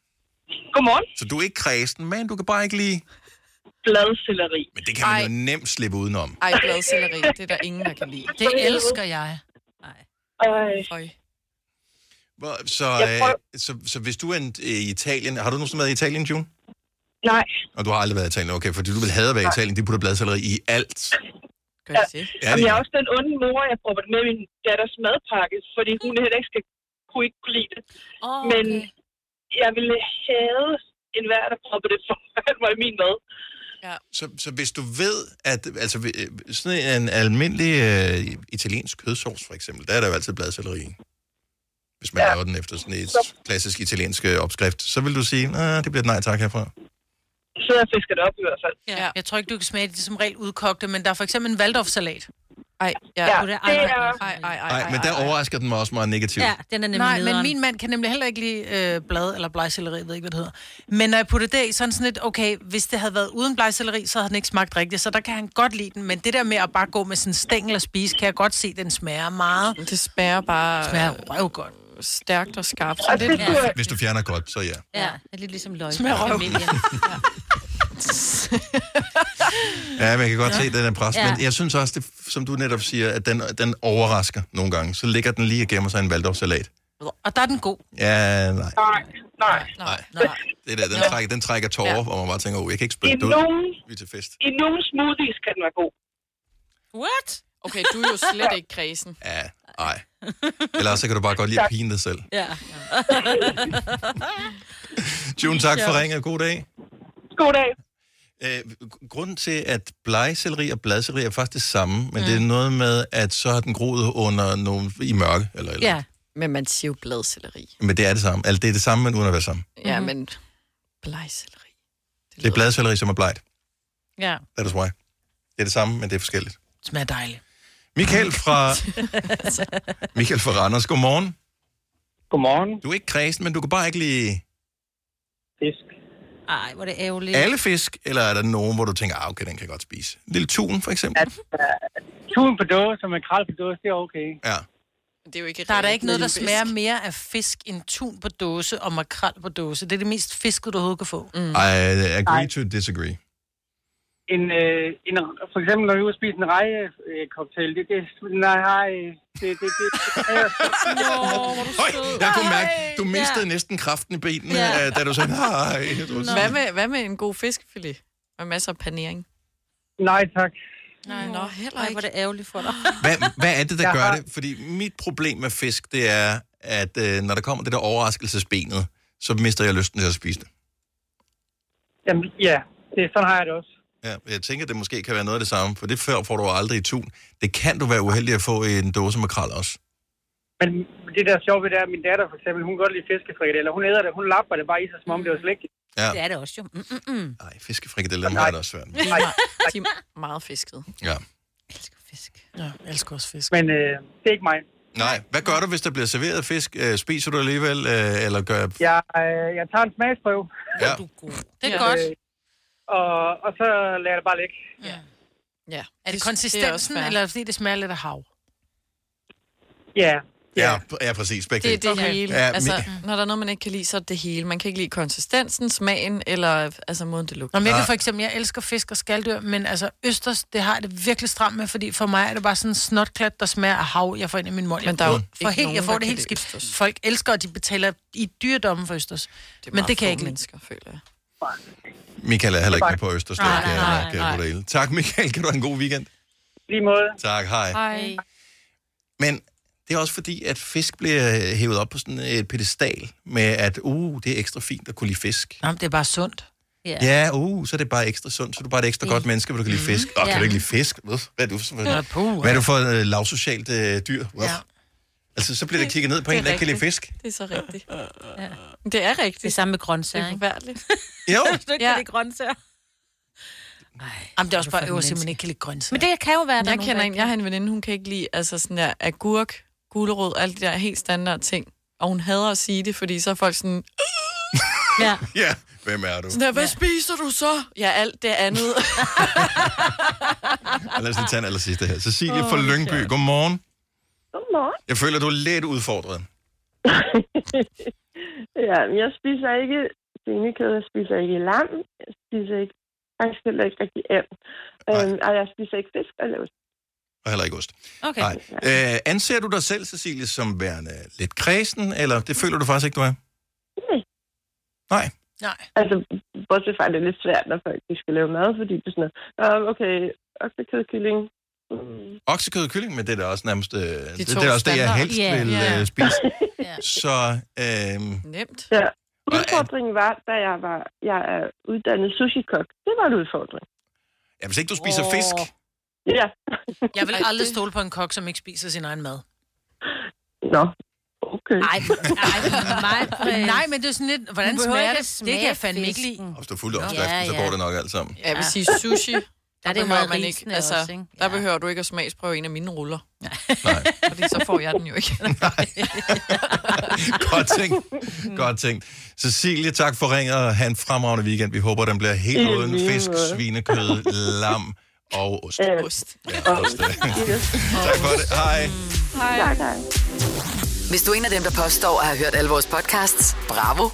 S11: Godmorgen.
S1: Så du er ikke kredsen, men du kan bare ikke lide...
S11: Bladcelleri.
S1: Men det kan man jo nemt slippe udenom.
S3: Ej, bladcelleri, det er der ingen, der kan lide.
S4: Det elsker jeg.
S3: Øj.
S1: Hvor- Så,
S11: Jeg prøver-
S1: øh, så, så hvis du er en, øh, i Italien... Har du nogensinde været i Italien, June?
S11: Nej.
S1: Og du har aldrig været i Italien, okay, fordi du vil have været i Italien. De putter bladcelleri i alt.
S3: Gør
S11: ja.
S1: Ja,
S11: Jamen,
S1: det-
S11: jeg er også den onde mor, jeg prøver det med i min datters madpakke, fordi hun heller ikke skal, kunne ikke kunne lide det.
S7: Oh,
S11: Men jeg ville have en hver, der prøver det foran mig (laughs) i min mad.
S1: Så, så hvis du ved, at altså, øh, sådan en almindelig øh, italiensk kødsovs, for eksempel, der er der jo altid bladcelleri i. Hvis man ja. laver den efter sådan et klassisk italiensk øh, opskrift, så vil du sige, nej, det bliver et nej tak herfra.
S11: Så jeg fisker det op i hvert fald.
S4: Ja. Jeg tror ikke, du kan smage det. Det er som regel udkogte, men der er for eksempel en Waldorf-salat.
S3: Ej, ja.
S4: ja
S7: det er-
S4: ej, ej,
S1: Nej, men der overrasker den mig også meget negativt.
S4: Ja,
S7: den er nemlig
S4: Nej, men
S7: nederen.
S4: min mand kan nemlig heller ikke lide øh, blad eller blegselleri, jeg ved ikke, hvad det hedder. Men når jeg putter det i, så er han sådan lidt, okay, hvis det havde været uden blegselleri, så havde den ikke smagt rigtigt, så der kan han godt lide den. Men det der med at bare gå med sådan en stængel og spise, kan jeg godt se, den smager meget.
S3: Det smager bare...
S4: smager røvgodt.
S3: Stærkt og skarpt.
S4: Så det er
S1: Ja. Hvis du fjerner godt, så ja.
S7: Ja, det er lidt ligesom løg.
S4: Smager røv.
S1: (laughs)
S7: (laughs)
S1: Ja, men jeg kan godt ja. se, at den er pres. Ja.
S7: Ja.
S1: Men jeg synes også, det, som du netop siger, at den, den overrasker nogle gange. Så ligger den lige og gemmer sig i en Waldorf-salat.
S4: Og der er den god.
S1: Ja, nej.
S11: Nej, nej.
S1: Nej. Det der, den, trækker, den trækker tårer, ja. hvor man bare tænker, oh, jeg kan ikke
S11: I
S1: spille det ud.
S11: nogen,
S1: Vi er til fest.
S11: I nogen smoothies kan den være god.
S3: What? Okay, du er jo slet ikke kredsen.
S1: Ja, nej. Ellers så kan du bare godt lide at pine dig selv. (laughs)
S7: Ja.
S1: June, tak for
S11: Ja.
S1: ringet. God dag.
S11: God dag.
S1: Øh, gr- grunden til, at blegselleri og bladselleri er faktisk det samme, men mm. det er noget med, at så har den groet under nogle, i mørke. Eller, eller.
S3: Ja. Men man siger jo bladcelleri.
S1: Men det er det samme. Altså, det er det samme, men uden at være samme.
S3: Ja, men blegcelleri.
S1: Det er bladselleri, som er blegt.
S4: Ja.
S1: That is why. Det er det samme, men det er forskelligt.
S4: Smager dejligt.
S1: Michael fra, Michael fra Randers, godmorgen.
S5: Godmorgen.
S1: Du er ikke kredsen, men du kan bare ikke lide
S5: Fisk.
S7: Ej, hvor er det ærgerligt.
S1: alle fisk, eller er der nogen, hvor du tænker, ah, okay, den kan jeg godt spise? En lille tun, for eksempel?
S5: Altså, øh, Tun på dåse og makrel på dåse, det er okay.
S1: Ja.
S3: Det er jo ikke
S4: Der er der ikke noget, der
S3: rigtig
S4: smager mere af fisk end tun på dåse og makrel på dåse. Det er det mest fiskede, du overhovedet kan få. Mm.
S1: I agree to disagree.
S5: En, øh, en, for eksempel, når vi er ude at spise en rejecocktail, det, det, nej, hej, det, det, det,
S3: (laughs)
S5: det,
S1: Høj, jeg kunne mærke, du mistede ja. næsten kraften i benene,
S3: Ja.
S1: ja. da du sagde, nej. Du var
S3: Hvad
S1: sådan-
S3: med, hvad med en god fiskefilet? Med masser af panering.
S5: nej, tak.
S3: Nej, Nå, heller ikke.
S7: Ej, hvor er det ærgerligt for dig.
S1: Hvad, hvad er det, der
S5: Jeg
S1: gør
S5: har-
S1: det? Fordi mit problem med fisk, det er, at øh, når der kommer det der overraskelsesbenet, så mister jeg lysten til at spise det.
S5: Jamen, ja, det, sådan har jeg det også.
S1: Ja, jeg tænker, det måske kan være noget af det samme, for det før får du aldrig i tun. Det kan du være uheldig at få i en dåse makrel også.
S5: Men det der sjove ved det er, at min datter for eksempel, hun kan godt lide fiskefrikadeller. Hun æder det, hun lapper det bare i sig, som om det var slægtigt.
S1: Ja.
S7: Det er det også jo. Mm, mm, mm.
S1: Nej, fiskefrikadeller dem har jeg det også svært med.
S3: De er, meget- de er meget fiskede.
S4: Ja,
S1: Ja.
S4: jeg elsker også fisk.
S5: Men øh, det er ikke mig.
S1: Nej, hvad gør du, hvis der bliver serveret fisk? Øh, spiser du alligevel, øh, eller gør...
S5: Jeg, øh, jeg tager en smagsprøve.
S1: Ja.
S4: Det er godt.
S5: Øh, og, og så lader jeg det bare ligge.
S3: Ja.
S4: Er
S3: Det
S4: det
S3: er også
S4: konsistensen,
S3: fair.
S4: eller er det, fordi det smager lidt af hav?
S5: Ja,
S1: Ja, ja præcis. Begge
S3: Det er det okay. hele.
S1: Ja,
S3: altså,
S1: mi-
S3: når der er noget, man ikke kan lide, så er det det hele. Man kan ikke lide konsistensen, smagen eller altså, måden, det lugter.
S4: Nå, men jeg kan for eksempel, jeg elsker fisk og skaldyr, men altså østers, det har jeg det virkelig stramt med, fordi for mig er det bare sådan en snotklat, der smager af hav, jeg får ind i min mund.
S3: Men der er jo
S4: Jeg- for
S3: ikke
S4: helt, Jeg
S3: nogen,
S4: får
S3: der
S4: det
S3: kan
S4: helt
S3: lide
S4: skidt. Folk elsker, og de betaler i dyredommen for østers.
S3: Det er
S4: men
S3: meget
S4: det kan jeg
S3: få
S4: ikke lide.
S3: mennesker, føler jeg.
S1: Michael er heller ikke med på Østersted.
S4: Nej,
S1: kan jeg-
S4: nej,
S1: kan jeg
S4: nej.
S1: vurdere. Tak, Michael. Kan du have en god weekend?
S5: Lige måde.
S1: Tak, hej.
S3: Hej.
S1: Men det er også fordi, at fisk bliver øh, hævet op på sådan et pedestal med, at uh, det er ekstra fint at kunne lide fisk.
S4: Nå, men det er bare sundt.
S1: Ja, uh, så er det bare ekstra sundt, så er du bare et ekstra godt menneske, hvor du kan lide
S6: Mhm.
S1: fisk. Åh, kan
S4: Ja.
S1: du ikke lide fisk? Hvad er du for,
S4: Ja, puh.
S1: hvad er du for et uh, lavsocialt uh, dyr? Ja. Altså, så bliver det kigget ned på
S3: Det er
S1: en, der ikke kan lide
S3: rigtigt.
S1: fisk.
S3: Det er så rigtigt. Ja. Det er rigtigt. Det er
S7: samme med grøntsager,
S3: Det er forfærdeligt.
S1: Jo.
S7: Du ikke ja. det grøntsager.
S4: Jamen, det er også bare
S3: for
S4: øverst, at man
S3: menneske.
S4: ikke kan lide grøntsager.
S7: Men det kan jo være, at der
S3: Jeg
S7: er nogen,
S3: kender
S7: der
S3: en, jeg har en veninde, hun kan ikke lide altså sådan der agurk, gulerod, alle de der helt standard ting. Og hun hader at sige det, fordi så er folk sådan, "Øh."
S7: Ja.
S1: (laughs) ja, hvem er du?
S3: sådan der, hvad spiser du så? Ja, alt det andet.
S4: (laughs)
S1: Og Lad os lige tage en aller sidste her. Cecilie fra
S3: Åh,
S1: Lyngby, godmorgen.
S6: Godmorgen. (laughs)
S1: Jeg føler, du er lidt udfordret.
S6: ja, men jeg spiser ikke svinekød, jeg spiser ikke lam, jeg spiser ikke faktisk heller ikke rigtig and. Øhm, og jeg spiser ikke fisk og laver
S1: Og heller ikke ost.
S6: Okay.
S1: Nej. Øh, anser du dig selv, Cecilie, som værende lidt kredsen, eller det føler du faktisk ikke, du er? Nej.
S4: Nej.
S6: Altså, bortset fra, at det er lidt svært, når folk de skal lave mad, fordi det er sådan noget, "Nå, okay, oksekød, kylling. Mm.
S1: Oksekød og kylling, men det er da også nærmest... Øh, det, det
S6: to
S1: er da også det, jeg
S6: standard.
S1: helst
S6: Ja.
S1: vil
S6: Ja.
S1: øh, spise. Så, øh,
S3: Nemt.
S6: Ja. Udfordringen var, da jeg var jeg er uddannet sushi-kok. Det var en udfordring.
S1: ja, hvis ikke du spiser fisk...
S6: Ja.
S4: Jeg vil aldrig stole på en kok, som ikke spiser sin egen mad.
S6: Nå, okay.
S4: Nej,
S7: nej,
S4: nej, nej, men det er sådan lidt, hvordan
S7: Du behøver
S4: smager
S7: ikke
S4: det?
S7: at
S4: Det kan jeg
S7: smage
S4: fandme ikke
S7: fisken.
S4: lide.
S1: Hvis du er fuld af
S7: Nå.
S1: opskriften,
S7: Ja,
S1: så
S7: ja.
S1: går det nok alt sammen.
S3: Jeg vil sige sushi. Der
S7: er det
S3: behøver
S7: meget
S3: man ikke.
S7: risene
S3: Altså,
S7: også, ikke?
S3: der behøver du ikke at smagsprøve en af mine ruller. Nej. (laughs) Fordi så får jeg den jo
S1: (laughs)
S3: ikke. (laughs)
S1: Godt tænkt. Mm. Godt tænkt. Cecilie, tak for ringet, og have en fremragende weekend. Vi håber, den bliver helt
S6: I
S1: uden
S6: lige
S1: fisk,
S6: måde.
S1: svinekød, lam og ost.
S6: Øh,
S1: Ja, ost.
S3: (laughs)
S1: tak for det. Hej.
S6: Hej. Tak, hej.
S8: Hvis du er en af dem, der påstår at have hørt alle vores podcasts, bravo.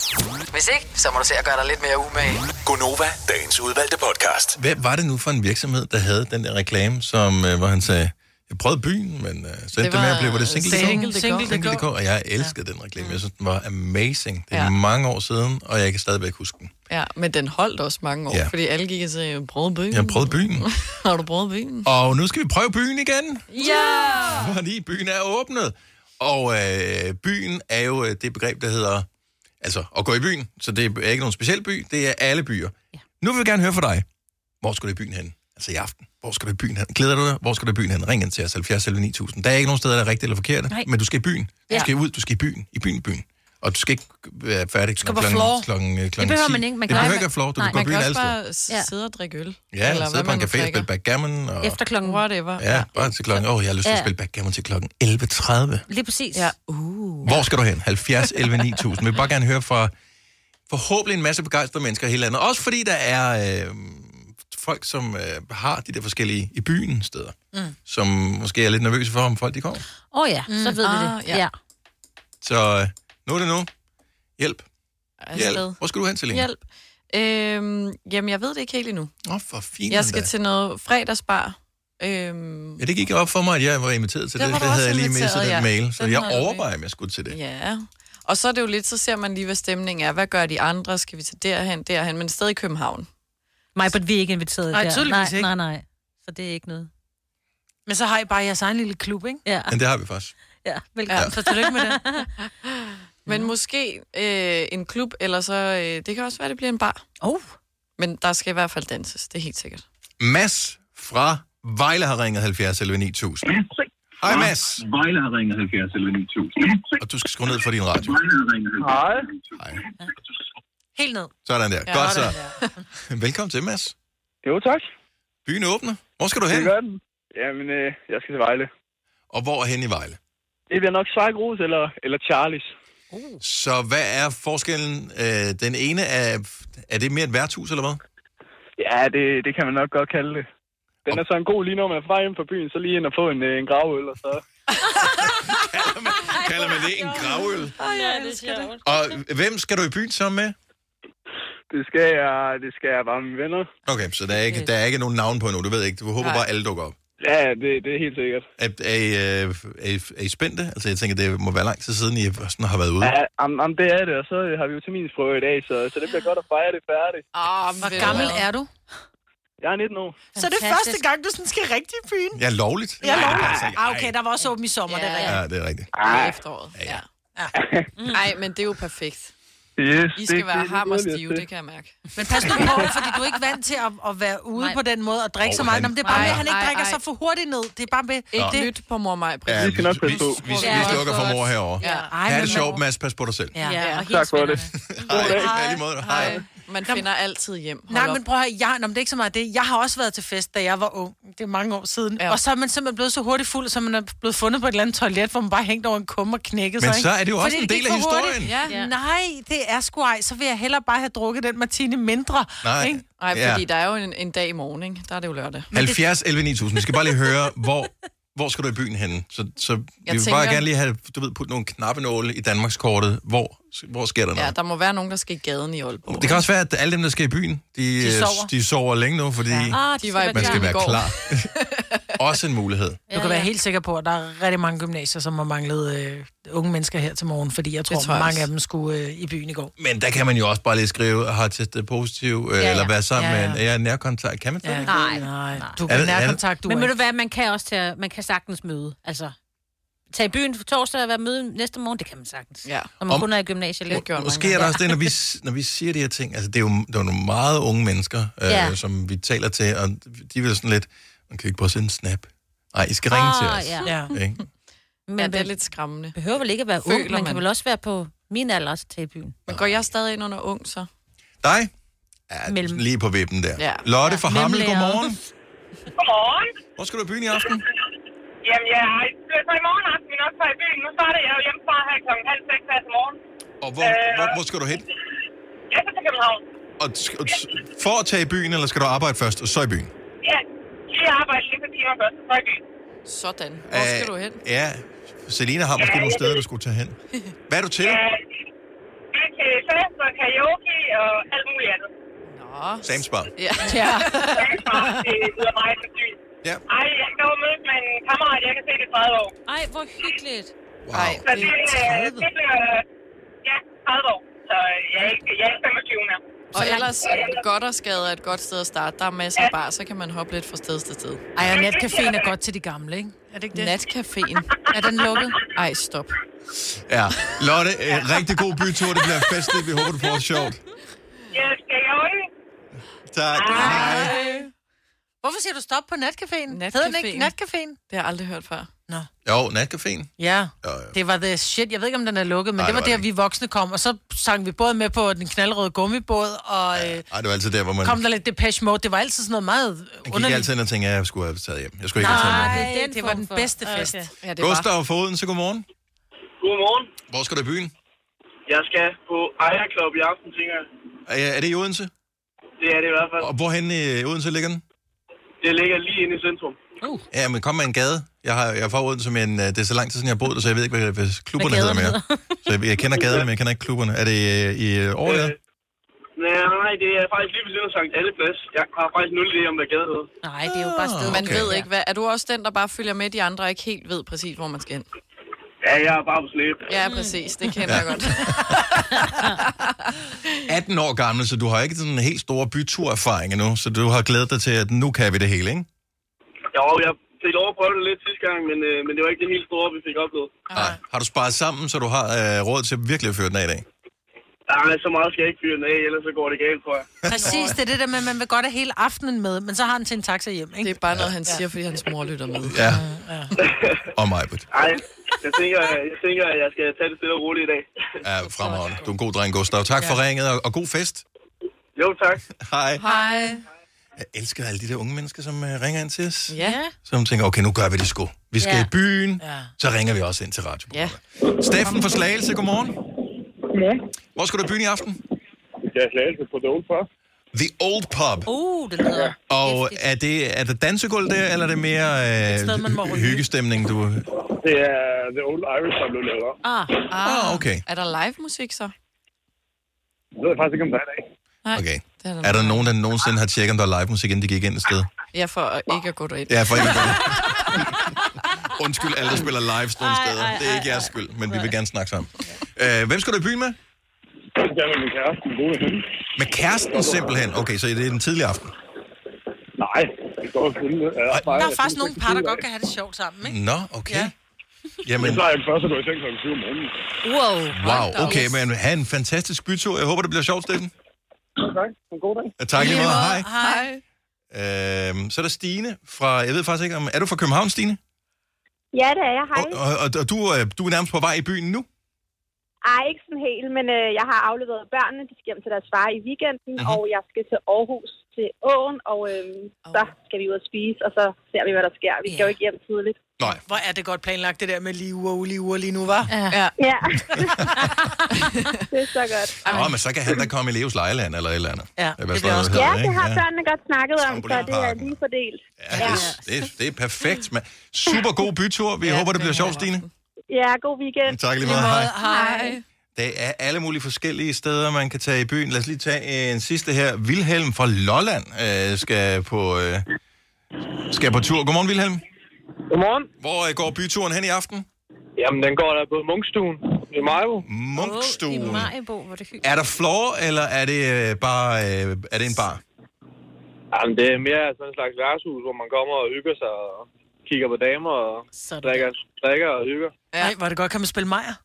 S8: Hvis ikke, så må du se at gøre dig lidt mere umage.
S16: Gonova, dagens udvalgte podcast.
S1: Hvad var det nu for en virksmål, der havde den der reklame, som, øh, hvor han sagde, jeg prøvede byen, men øh, så endte det
S6: var
S1: med at blive, var det single.dk?
S6: Single.dk.
S1: Single.dk, og jeg elskede den reklame. Jeg synes, den var amazing. Det er
S3: Ja.
S1: mange år siden, og jeg kan stadigvæk huske den.
S3: Ja, men den holdt også mange år,
S1: Ja.
S3: ja. fordi alle gik og sagde, prøv byen.
S1: Jeg prøvede byen.
S3: (laughs) Har du prøvet byen?
S1: Og nu skal vi prøve byen igen.
S3: Ja!
S1: fordi byen er åbnet. Og øh, byen er jo øh, det begreb, der hedder, altså at gå i byen, så det er ikke nogen speciel by, det er alle byer. Ja. Nu vil vi gerne høre fra dig. Hvor skal du i byen hen? Altså i aften. Hvor skal du i byen hen? Glæder du dig? Hvor skal du i byen hen? Ring ind til os, 70 11 9000. Der er ikke nogen steder, der er rigtigt eller forkert,
S4: Nej.
S1: men du skal i byen. Du
S7: Ja.
S1: skal ud, du skal i byen. I byen, i byen. Og du skal ikke være færdig
S7: skal på
S1: klokken,
S7: floor.
S1: klokken, klokken, øh,
S7: Det
S1: klokken
S7: behøver
S1: 10.
S7: man ikke. Man
S1: det
S7: kan-
S1: behøver
S7: Nej,
S1: ikke
S7: man-
S1: at floor. Du
S7: nej,
S1: kan gå i
S3: Man
S1: byen
S3: kan
S1: alle
S3: også
S1: steder.
S3: bare s- sidde og drikke øl.
S1: Ja, sidde på en
S3: man nu
S1: café og
S3: drikker.
S1: spille backgammon. Og...
S7: Efter klokken...
S3: Whatever.
S1: Ja, bare til klokken. Åh, oh, jeg har lyst til at
S7: Ja.
S1: spille backgammon til klokken 11.30.
S7: Lige præcis. Ja. Uh.
S1: Hvor skal du hen? 70 11 9000. Vi vil bare gerne høre fra forhåbentlig en masse begejstrede mennesker i hele landet. Også fordi der er øh, folk, som øh, har de der forskellige i byen steder,
S7: Mm.
S1: som måske er lidt nervøse for, om folk de kommer.
S7: Åh oh, ja, så ved vi det.
S3: Ah, ja.
S7: Ja.
S1: Så øh, nu er det nu. Hjælp. Hjælp.
S3: Afsted.
S1: Hvor skal du hen, Selina?
S3: Altså, Hjælp. Øhm, jamen, jeg ved det ikke helt endnu.
S1: Åh, oh, for fint.
S3: Jeg skal til noget fredagsbar. Øhm,
S1: Ja, det gik op for mig, at jeg var inviteret til
S3: Der
S1: det.
S3: var
S1: Det
S3: du også
S1: havde jeg lige
S3: inviteret,
S1: misset den
S3: ja.
S1: mail, så
S3: Den
S1: jeg
S3: havde du
S1: overvejer, om jeg skulle til det.
S3: ja. Og så er det jo lidt, så ser man lige, hvad stemningen er. Hvad gør de andre? Skal vi tage derhen, derhen? Men stadig i København.
S7: Mig, but vi er ikke inviteret
S4: Nej,
S7: der.
S4: tydeligvis
S7: nej,
S4: ikke.
S7: Nej, nej, Så det er ikke noget.
S4: Men så har I bare jeres egen lille klub, ikke?
S7: Ja.
S1: Men det har vi faktisk.
S7: Ja,
S4: velkommen. Så tillykke med det.
S3: (laughs) Men måske øh, en klub, eller så... Øh, det kan også være, det bliver en bar.
S7: Oh.
S3: Men der skal i hvert fald danses, det er helt sikkert.
S1: Mads fra Vejle har ringet 70 11 9000. Hej Mads. Vejle har ringet 70 11 9000. Og du skal skrue ned for din radio.
S5: Hej.
S4: Helt ned.
S1: Sådan der.
S4: Ja,
S1: Godt så.
S4: sådan
S1: (laughs) Velkommen til, Mads.
S13: Jo, tak.
S1: Byen åbner. Hvor skal du hen?
S13: Det gør den. Jamen, øh, jeg skal til Vejle.
S1: Og hvor er hen i Vejle?
S13: Det bliver nok Sejgrus eller, eller Charlies.
S1: Så hvad er forskellen? Øh, den ene er... Er det mere et værtshus, eller hvad?
S13: Ja, det, det kan man nok godt kalde det. Den er så en god lige når man er fra hjemme fra byen, så lige ind og få en, øh, en gravøl, og så
S1: Kalder man det en gravøl?
S3: Ej, jeg elsker det.
S1: Og hvem skal du i byen sammen med?
S13: Det skal jeg, det skal jeg bare med mine venner.
S1: Okay, så der er ikke, der er ikke nogen navn på endnu, du ved ikke. Du håber
S13: Nej.
S1: bare, alle dukker op.
S13: Ja, det, det er helt sikkert.
S1: Er, er, I, øh, er, I, er I spændte? Altså, jeg tænker, det må være lang tid siden, I sådan har været ude.
S13: Ja, am, am, det er det, og så øh, har vi vitaminsprøve i dag, så, så det bliver godt at fejre det færdigt.
S3: Oh,
S4: Hvor gammel er du?
S13: Jeg er 19 år.
S4: Så det er første gang, du sådan skal rigtig i byen?
S1: Ja, lovligt.
S4: Ja,
S1: Ej,
S4: lovligt.
S1: altså,
S4: Ah, okay, der var også åben i sommer, det er rigtigt.
S1: Ja, det er rigtigt.
S3: I efteråret. Ja. ja.
S7: (laughs) Mm.
S3: Nej, men det er jo perfekt.
S13: Yes,
S3: I skal være hammerstive, det kan jeg mærke.
S4: Men pas nu på, fordi du er ikke vant til at, at være ude
S3: Nej.
S4: på den måde og drikke
S1: Og
S4: så meget.
S1: han-
S4: Nå, men det er bare
S3: Nej,
S4: med, at han ikke
S3: nej,
S4: drikker
S3: nej.
S4: sig for hurtigt ned. Det er bare med...
S3: Ikke
S1: Nå.
S3: lydt på mor mig, Britt.
S1: Ja,
S13: Vi skal nok passe på.
S1: Vi, vi,
S3: Ja,
S1: vi slukker for
S3: godt.
S1: mor herovre.
S3: Ja.
S1: Ja. Ha' det sjovt, Mads. Pas på dig selv.
S4: Ja.
S3: Ja, og
S13: Tak
S3: hils
S13: for det.
S1: (laughs) Hej. Hej. Hej. Måde, hej.
S3: Hej. Man finder altid hjem. Hold
S4: Nej,
S3: op.
S4: men prøv at høre, jeg, nå, men det er ikke så meget det. Jeg har også været til fest, da jeg var ung. Det er mange år siden. Ja. Og så er man simpelthen blevet så hurtigt fuld, så man er blevet fundet på et eller andet toilet, hvor man bare hængt over en kumme og knækket
S1: Men
S4: sig.
S1: så er det jo også en del af
S4: Ja.
S1: historien.
S4: Ja. Nej, det er sgu ej. Så vil jeg hellere bare have drukket den martini mindre.
S1: Nej.
S4: Ikke?
S3: Nej,
S1: Ja.
S3: fordi der er jo en, en dag i morgen, ikke? Der er det jo lørdag.
S1: 70 11 9000. Vi skal bare lige høre, hvor, hvor skal du i byen henne? Så, så vi vil
S3: tænker-
S1: bare gerne lige have, du ved, puttet nogle knappenåle i Danmarkskortet. Hvor, hvor sker der noget?
S3: Ja, der må være nogen, der skal i gaden i Aalborg.
S1: Det kan også være, at alle dem, der skal i byen, de,
S3: sover.
S1: de,
S3: Ah,
S1: sover. de sover længe nu, fordi ja.
S3: de var i
S1: man skal
S3: byen i
S1: være
S3: går.
S1: klar. (laughs) også en mulighed.
S4: Du kan være helt sikker på, at der er rigtig mange gymnasier, som har manglet øh, unge mennesker her til morgen, fordi jeg tror,
S3: tror
S4: tror
S3: jeg
S4: mange
S3: også.
S4: af dem skulle øh, i byen i går.
S1: Men der kan man jo også bare lige skrive, har testet positiv, ja,
S4: ja.
S1: ja. eller være sammen
S4: Ja,
S1: ja,
S4: ja.
S1: ja. med en er jeg nærkontakt. Kan man det? Ja.
S7: Nej.
S4: Nej, du kan
S1: Er det- er det-
S4: nærkontakt, du
S7: Men
S4: er
S7: ved
S4: ikke.
S7: du hvad, man kan også tage, man kan sagtens møde. Altså, tage i byen for torsdag og være møde næste morgen, det kan man sagtens.
S3: Ja.
S7: Når man
S1: Om-
S7: kun er i gymnasiet. Det
S1: Og Måske er der også det, når vi, når vi siger de her ting, altså det er jo det er jo nogle meget unge mennesker, øh,
S7: Ja.
S1: som vi taler til, og de vil sådan lidt, man kan I ikke bare sende en snap. Nej, I skal ringe
S7: Ah,
S1: til os.
S7: ja.
S4: Ja.
S1: Ikke?
S7: Men
S3: Ja, det er lidt skræmmende.
S7: behøver vel ikke at være
S3: Føler
S7: ung, man
S3: man.
S7: kan vel også være på min alder også at tage i byen.
S3: Men går jeg stadig ind under ung, så?
S1: Dig? Ja, Mellem. lige på vippen der.
S3: Ja.
S1: Ja. Lotte fra
S3: Ja.
S1: Hammel,
S3: Mellemlærer.
S1: godmorgen.
S11: Godmorgen.
S1: Hvor skal du i byen i aften?
S11: Jamen, jeg flytter i morgen aften, men også fra i byen. Nu starter jeg jo hjemmefra her kl. halv seks her til morgen.
S1: Og hvor,
S11: Øh.
S1: hvor, hvor skal du hen?
S11: Jeg skal til København.
S1: Og, t- og t- for at tage i byen, eller skal du arbejde først, og så i byen?
S11: Ja, lige arbejde lige for timer først, og så i byen.
S3: Sådan. Hvor skal
S1: Øh,
S3: du hen?
S1: Ja, Selina har måske
S11: Ja,
S1: nogle
S11: jeg
S1: steder,
S11: ved.
S1: du skulle tage hen. Hvad er du til?
S11: Ja, Øh, jeg er til fest og karaoke og alt muligt andet.
S3: Nå.
S1: Sam's Bar.
S3: Ja.
S11: (laughs)
S3: ja.
S11: Det lyder meget sandsynligt.
S1: Ja.
S11: Ej, jeg skal jo mødes med en kammerat, jeg kan se det i 30 år.
S7: Ej, hvor hyggeligt.
S1: Wow.
S3: Ej,
S11: Så
S3: det
S11: det,
S3: er
S11: øh,
S3: 30.
S11: det bliver, øh, ja, 30 år. Så øh, jeg er ikke, jeg er ikke 25 mere.
S3: Og ellers, godt og skade er et godt sted at starte. Der er masser af bar, så kan man hoppe lidt fra sted til sted.
S4: Ej, og natcaféen er godt til de gamle, ikke? Er det ikke det?
S3: Natcaféen.
S4: Er den lukket?
S3: Ej, stop.
S1: Ja. Lotte, øh, rigtig god bytur. Det bliver festligt. Vi håber, du får det sjovt.
S11: Jeg skal jo ikke.
S1: Tak. Hej.
S4: Hvorfor siger du stop på natcaféen? Hedder den ikke
S3: Natcaféen.
S4: natcaféen?
S3: Det har jeg aldrig hørt før.
S1: Jo, natcaféen.
S4: Ja,
S1: Jo, jo.
S4: det var the shit. Jeg ved ikke, om den er lukket, men
S1: Nej,
S4: det var
S1: det var
S4: der, vi voksne kom. Og så sang vi både med på den knaldrøde gummibåd, og øh,
S1: Ej, det var altid der, hvor man...
S4: kom der lidt Depeche Mode. Det var altid sådan noget meget
S1: man gik
S4: underligt.
S1: altid ind og tænkte, at jeg skulle have taget hjem. Jeg skulle ikke have taget
S4: Nej,
S7: Det er den
S4: det var
S7: form
S4: den
S7: for-
S4: bedste fest.
S7: Okay.
S3: Ja,
S1: med. Gustav fra Odense, godmorgen.
S19: Godmorgen.
S1: Hvor skal du i byen?
S19: Jeg skal på Ejer Club i aften, tænker jeg.
S1: Er, er det i Odense?
S19: Det er det i hvert fald.
S1: Og hvorhen i Odense ligger den?
S19: Det ligger lige inde i centrum.
S1: Ja, men kom med en gade. Jeg, har, jeg er fra Odense, men øh, det er så lang tid siden, jeg har boet der, så jeg ved ikke, hvad, hvad klubberne
S7: Hvad
S1: hedder
S7: gaden
S1: mere. Så jeg, jeg kender gaderne, men jeg kender ikke klubberne. Er det øh, i øh, Aarhus?
S19: Øh, Nej, det er faktisk lige ved siden af Sankt Alle Plads. Jeg har faktisk nul idé om, hvad gade hedder.
S7: Nej, det er jo bare et sted.
S3: Man
S1: Ah, Okay.
S3: ved ikke, hvad... Er du også den, der bare følger med de andre, og ikke helt ved præcis, hvor man skal hen?
S19: Ja, jeg er bare på slæb.
S3: Ja, præcis. Det kender jeg godt.
S1: 18 år gammel, så du har ikke sådan en helt stor byturerfaring endnu, så du har glædet dig til, at nu kan vi det hele, ikke?
S19: Jo, jeg fik lov at prøve det lidt sidste gang, men, øh, men det var ikke det helt store, vi fik oplevet.
S1: Nej. Har du sparet sammen, så du har øh, råd til virkelig at føre den af i dag?
S19: Nej, så meget skal jeg ikke fyre den af, ellers så går det galt, tror jeg.
S4: Præcis, det er det der med, at man vil godt have hele aftenen med, men så har han til en taxa hjem,
S3: Det
S4: ikke?
S3: er bare noget, han siger, fordi hans mor lytter med.
S1: Ja. Og mig,
S19: Nej, jeg tænker, jeg tænker, at jeg skal tage det stille og roligt i dag.
S1: ja, fremragende. Du er en god dreng, Gustav. Tak for ringet, og, og god fest.
S19: Jo, tak.
S1: Hej.
S3: Hej.
S1: Jeg elsker alle de der unge mennesker, som øh, ringer ind til os.
S3: Ja.
S1: Som tænker, okay, nu gør vi det sgu. Vi skal
S7: Ja.
S1: i byen,
S4: Ja.
S1: så ringer vi også ind til radio.
S3: Ja.
S1: Steffen fra Slagelse, godmorgen.
S5: Ja.
S1: Hvor skal du i byen i aften?
S5: Jeg er slagelse på Dole først.
S1: The Old Pub.
S7: Uh, det lyder...
S1: Og er det, er det dansegulv der, eller er det mere
S4: sted, man må
S1: øh,
S4: ryge.
S1: hyggestemning, du...
S14: Det er The Old Irish, der blev lavet om.
S3: Ah,
S1: Ah, okay.
S3: Er der live musik så?
S14: Det ved jeg faktisk ikke, om der er i dag.
S3: Nej.
S1: Okay.
S3: Det
S1: Er der nogen, der nogensinde har tjekket, om der er live musik, inden de gik ind et sted?
S3: Ja, for at ikke at gå derind.
S1: Ja, for ikke Undskyld, alle der spiller live sådan nogle
S3: Ej,
S1: steder.
S3: ej,
S1: Det er ikke jeres skyld, men vi vil gerne snakke sammen. Øh, hvem skal du i byen med?
S14: Jeg er med min kæreste, min gode ven.
S1: Med kæresten simpelthen? Okay, så det er den tidlige aften.
S14: Nej, det går øh, jo fint.
S4: Der er faktisk nogle par, der godt kan have det sjovt sammen, ikke?
S1: Nå, okay. Jamen,
S14: Jeg plejer først at gå i seng kl. 7 om morgenen.
S4: Wow.
S1: wow, okay, men have en fantastisk bytur. Jeg håber, det bliver sjovt, Steffen.
S14: Tak, en god dag.
S1: Ja, Tak lige meget. Hej.
S4: Hej.
S1: Øhm, så er der Stine fra, jeg ved faktisk ikke om, er du fra København, Stine?
S11: (laughs) Ja, det er jeg. Hej.
S1: Og, og, og du, øh, du er nærmest på vej i byen nu?
S11: Ej, ikke sådan helt, men øh, jeg har afleveret børnene. De skal hjem til deres far i weekenden,
S1: Mhm.
S11: mm-hmm. og jeg skal til Aarhus til Åen, og øh, oh. så skal vi ud og spise, og så ser vi, hvad der sker. Vi yeah. skal jo ikke hjem tidligt.
S1: Nej.
S4: Hvor er det godt planlagt, det der med lige uger, lige uger lige nu, var?
S3: Ja.
S11: Ja. (laughs) det er så godt.
S1: Nå, men så kan han da komme i Leos Lejeland eller et eller andet.
S11: Ja,
S1: hvad
S11: det
S1: sådan noget
S11: Ja,
S1: hedder,
S11: det
S1: ikke?
S11: har børnene godt snakket om, så det er
S1: Trampolinparken.
S11: lige fordelt.
S1: Ja, det, det, det er perfekt. Man. Super god bytur. Vi ja, håber, det bliver sjovt, Stine.
S11: Ja, god weekend.
S1: Tak lige meget. Hej.
S11: Hej.
S1: Der er alle mulige forskellige steder, man kan tage i byen. Lad os lige tage en sidste her. Vilhelm fra Lolland øh, skal, på, øh, skal på tur. Godmorgen, Vilhelm.
S15: Godmorgen.
S1: Hvor øh, går byturen hen i aften?
S15: Jamen, den går der på Munkstuen i Majbo.
S1: Munkstuen.
S7: I Majbo, hvor er det hyggeligt.
S1: Er der floor, eller er det øh, bare øh, er det en bar?
S15: Jamen, det er mere sådan en slags værtshus, hvor man kommer og hygger sig og kigger på damer og drikker, drikker og hygger.
S4: Ja. Ej, hvor er det godt, kan man spille Majer?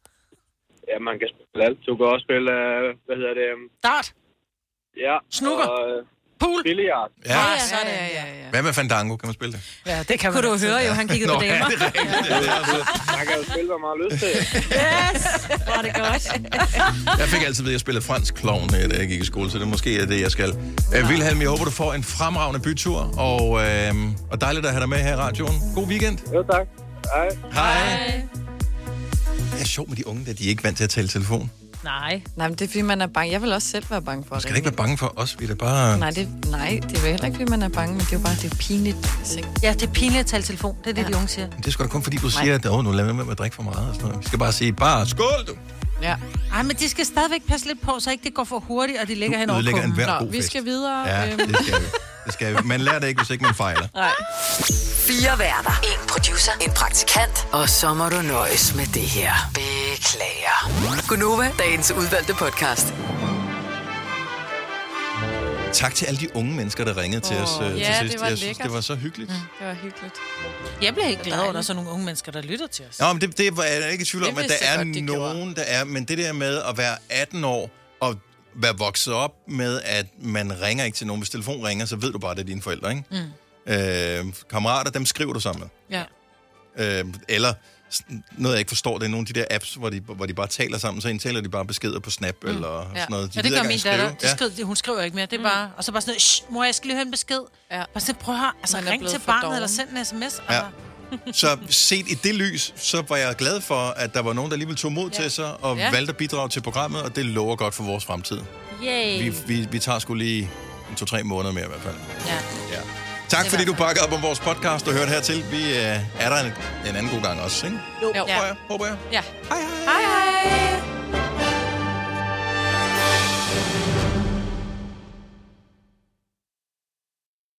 S15: Ja, man kan spille alt. Du kan også spille, øh, hvad hedder det? øhm,
S4: Dart?
S15: Ja.
S4: Snooker?
S15: Og, øh,
S4: Pool?
S15: Billiard.
S1: Ja.
S4: Ah, sådan, ja, ja, ja.
S1: Hvad med Fandango? Kan man spille det?
S4: ja det kan man
S7: Kunne du
S4: altid.
S7: høre jo, han kiggede
S1: Nå,
S7: på
S1: ja,
S7: damer.
S1: det er rigtigt. Det er også-
S15: (laughs) Man kan jo spille, hvad man har lyst til.
S7: Yes, var det godt.
S1: Jeg fik altid ved, at jeg spillede fransk klovn, øh, da jeg gik i skole, så det måske er det, jeg skal. Øh, Vilhelm, jeg håber, du får en fremragende bytur, og, øh, og dejligt at have dig med her i radioen. God weekend.
S15: Jo, tak. Hej.
S1: Hej. Det er sjovt med de unge, at de er ikke vant til at tale i telefon.
S7: Nej.
S3: Nej, men det er fordi, man er bange. Jeg vil også selv være bange for at
S1: Skal det ikke være bange for os? Vi er da bare...
S3: Nej, det, nej, det er vel heller ikke, fordi man er bange, men det er jo bare, det er pinligt.
S4: Ja, det er pinligt at tale telefon. Det er det, ja. de unge siger.
S1: Det er sgu da kun fordi, du
S4: Nej.
S1: siger, at åh, nu lader vi med at drikke for meget. Og sådan noget. Vi skal bare sige, bare skål, du!
S3: Ja.
S4: Ej, men de skal stadigvæk passe lidt på, så ikke det går for hurtigt, og de ligger
S1: Du
S4: hen over
S1: ødelægger
S4: kummen.
S1: enhver Nå, god vi fest.
S3: skal videre.
S1: Ja,
S4: øhm.
S1: det skal vi. Det skal vi. Man lærer det ikke, hvis ikke man fejler.
S3: Nej.
S8: Fire værter. En producer. En praktikant. Og så må du nøjes med det her. Beklager. Gunova, dagens udvalgte podcast.
S1: Tak til alle de unge mennesker, der ringede til os øh, til
S4: ja,
S1: sidst.
S4: det var
S1: jeg synes,
S4: lækkert.
S1: det var så hyggeligt.
S3: Mm, Det var hyggeligt.
S4: (laughs) Jeg bliver helt glad over, at der er sådan nogle unge mennesker, der lytter til os.
S1: Nå, men det, det var jeg ikke i tvivl om,
S4: Det
S1: at der
S4: vidste jeg
S1: er
S4: godt, de
S1: nogen, der er... Men det der med at være 18 år og være vokset op med, at man ringer ikke til nogen. Hvis telefon ringer, så ved du bare, at det er dine forældre, ikke?
S4: Mm.
S1: Øh, kammerater, dem skriver du sammen med.
S4: Ja.
S1: Øh, eller sådan noget, jeg ikke forstår, det er nogle af de der apps, hvor de, hvor de bare taler sammen, så indtaler de bare beskeder på Snap mm. eller
S4: Ja.
S1: sådan noget.
S4: ja,
S1: gider
S4: det gør
S1: ikke
S4: min
S1: engang
S4: datter.
S1: skrive.
S4: De skriver, Hun skriver ikke mere. Det er bare, og så bare sådan noget, "Shh, mor, jeg skal lige høre en besked. Mm. Ja. Bare sådan, prøv at høre, altså
S3: Man er
S4: ring
S3: blevet
S4: til
S3: for
S4: barnet,
S3: doven.
S4: eller send en sms. Altså.
S1: Ja.
S4: Ja.
S1: Så set i det lys, så var jeg glad for, at der var nogen, der alligevel tog mod ja. til sig og
S4: Ja.
S1: ja. valgte at bidrage til programmet, og det lover godt for vores fremtid.
S7: Yay.
S1: Vi, vi, vi tager sgu lige en, to-tre måneder mere i hvert fald.
S4: Ja.
S1: Ja. Tak fordi du bakker op om vores podcast og hørte hertil. Vi øh, er der en, en anden god gang også, ikke?
S4: Jo,
S1: tror jeg, håber jeg.
S4: Ja.
S1: Hej,
S4: hej. hej, hej.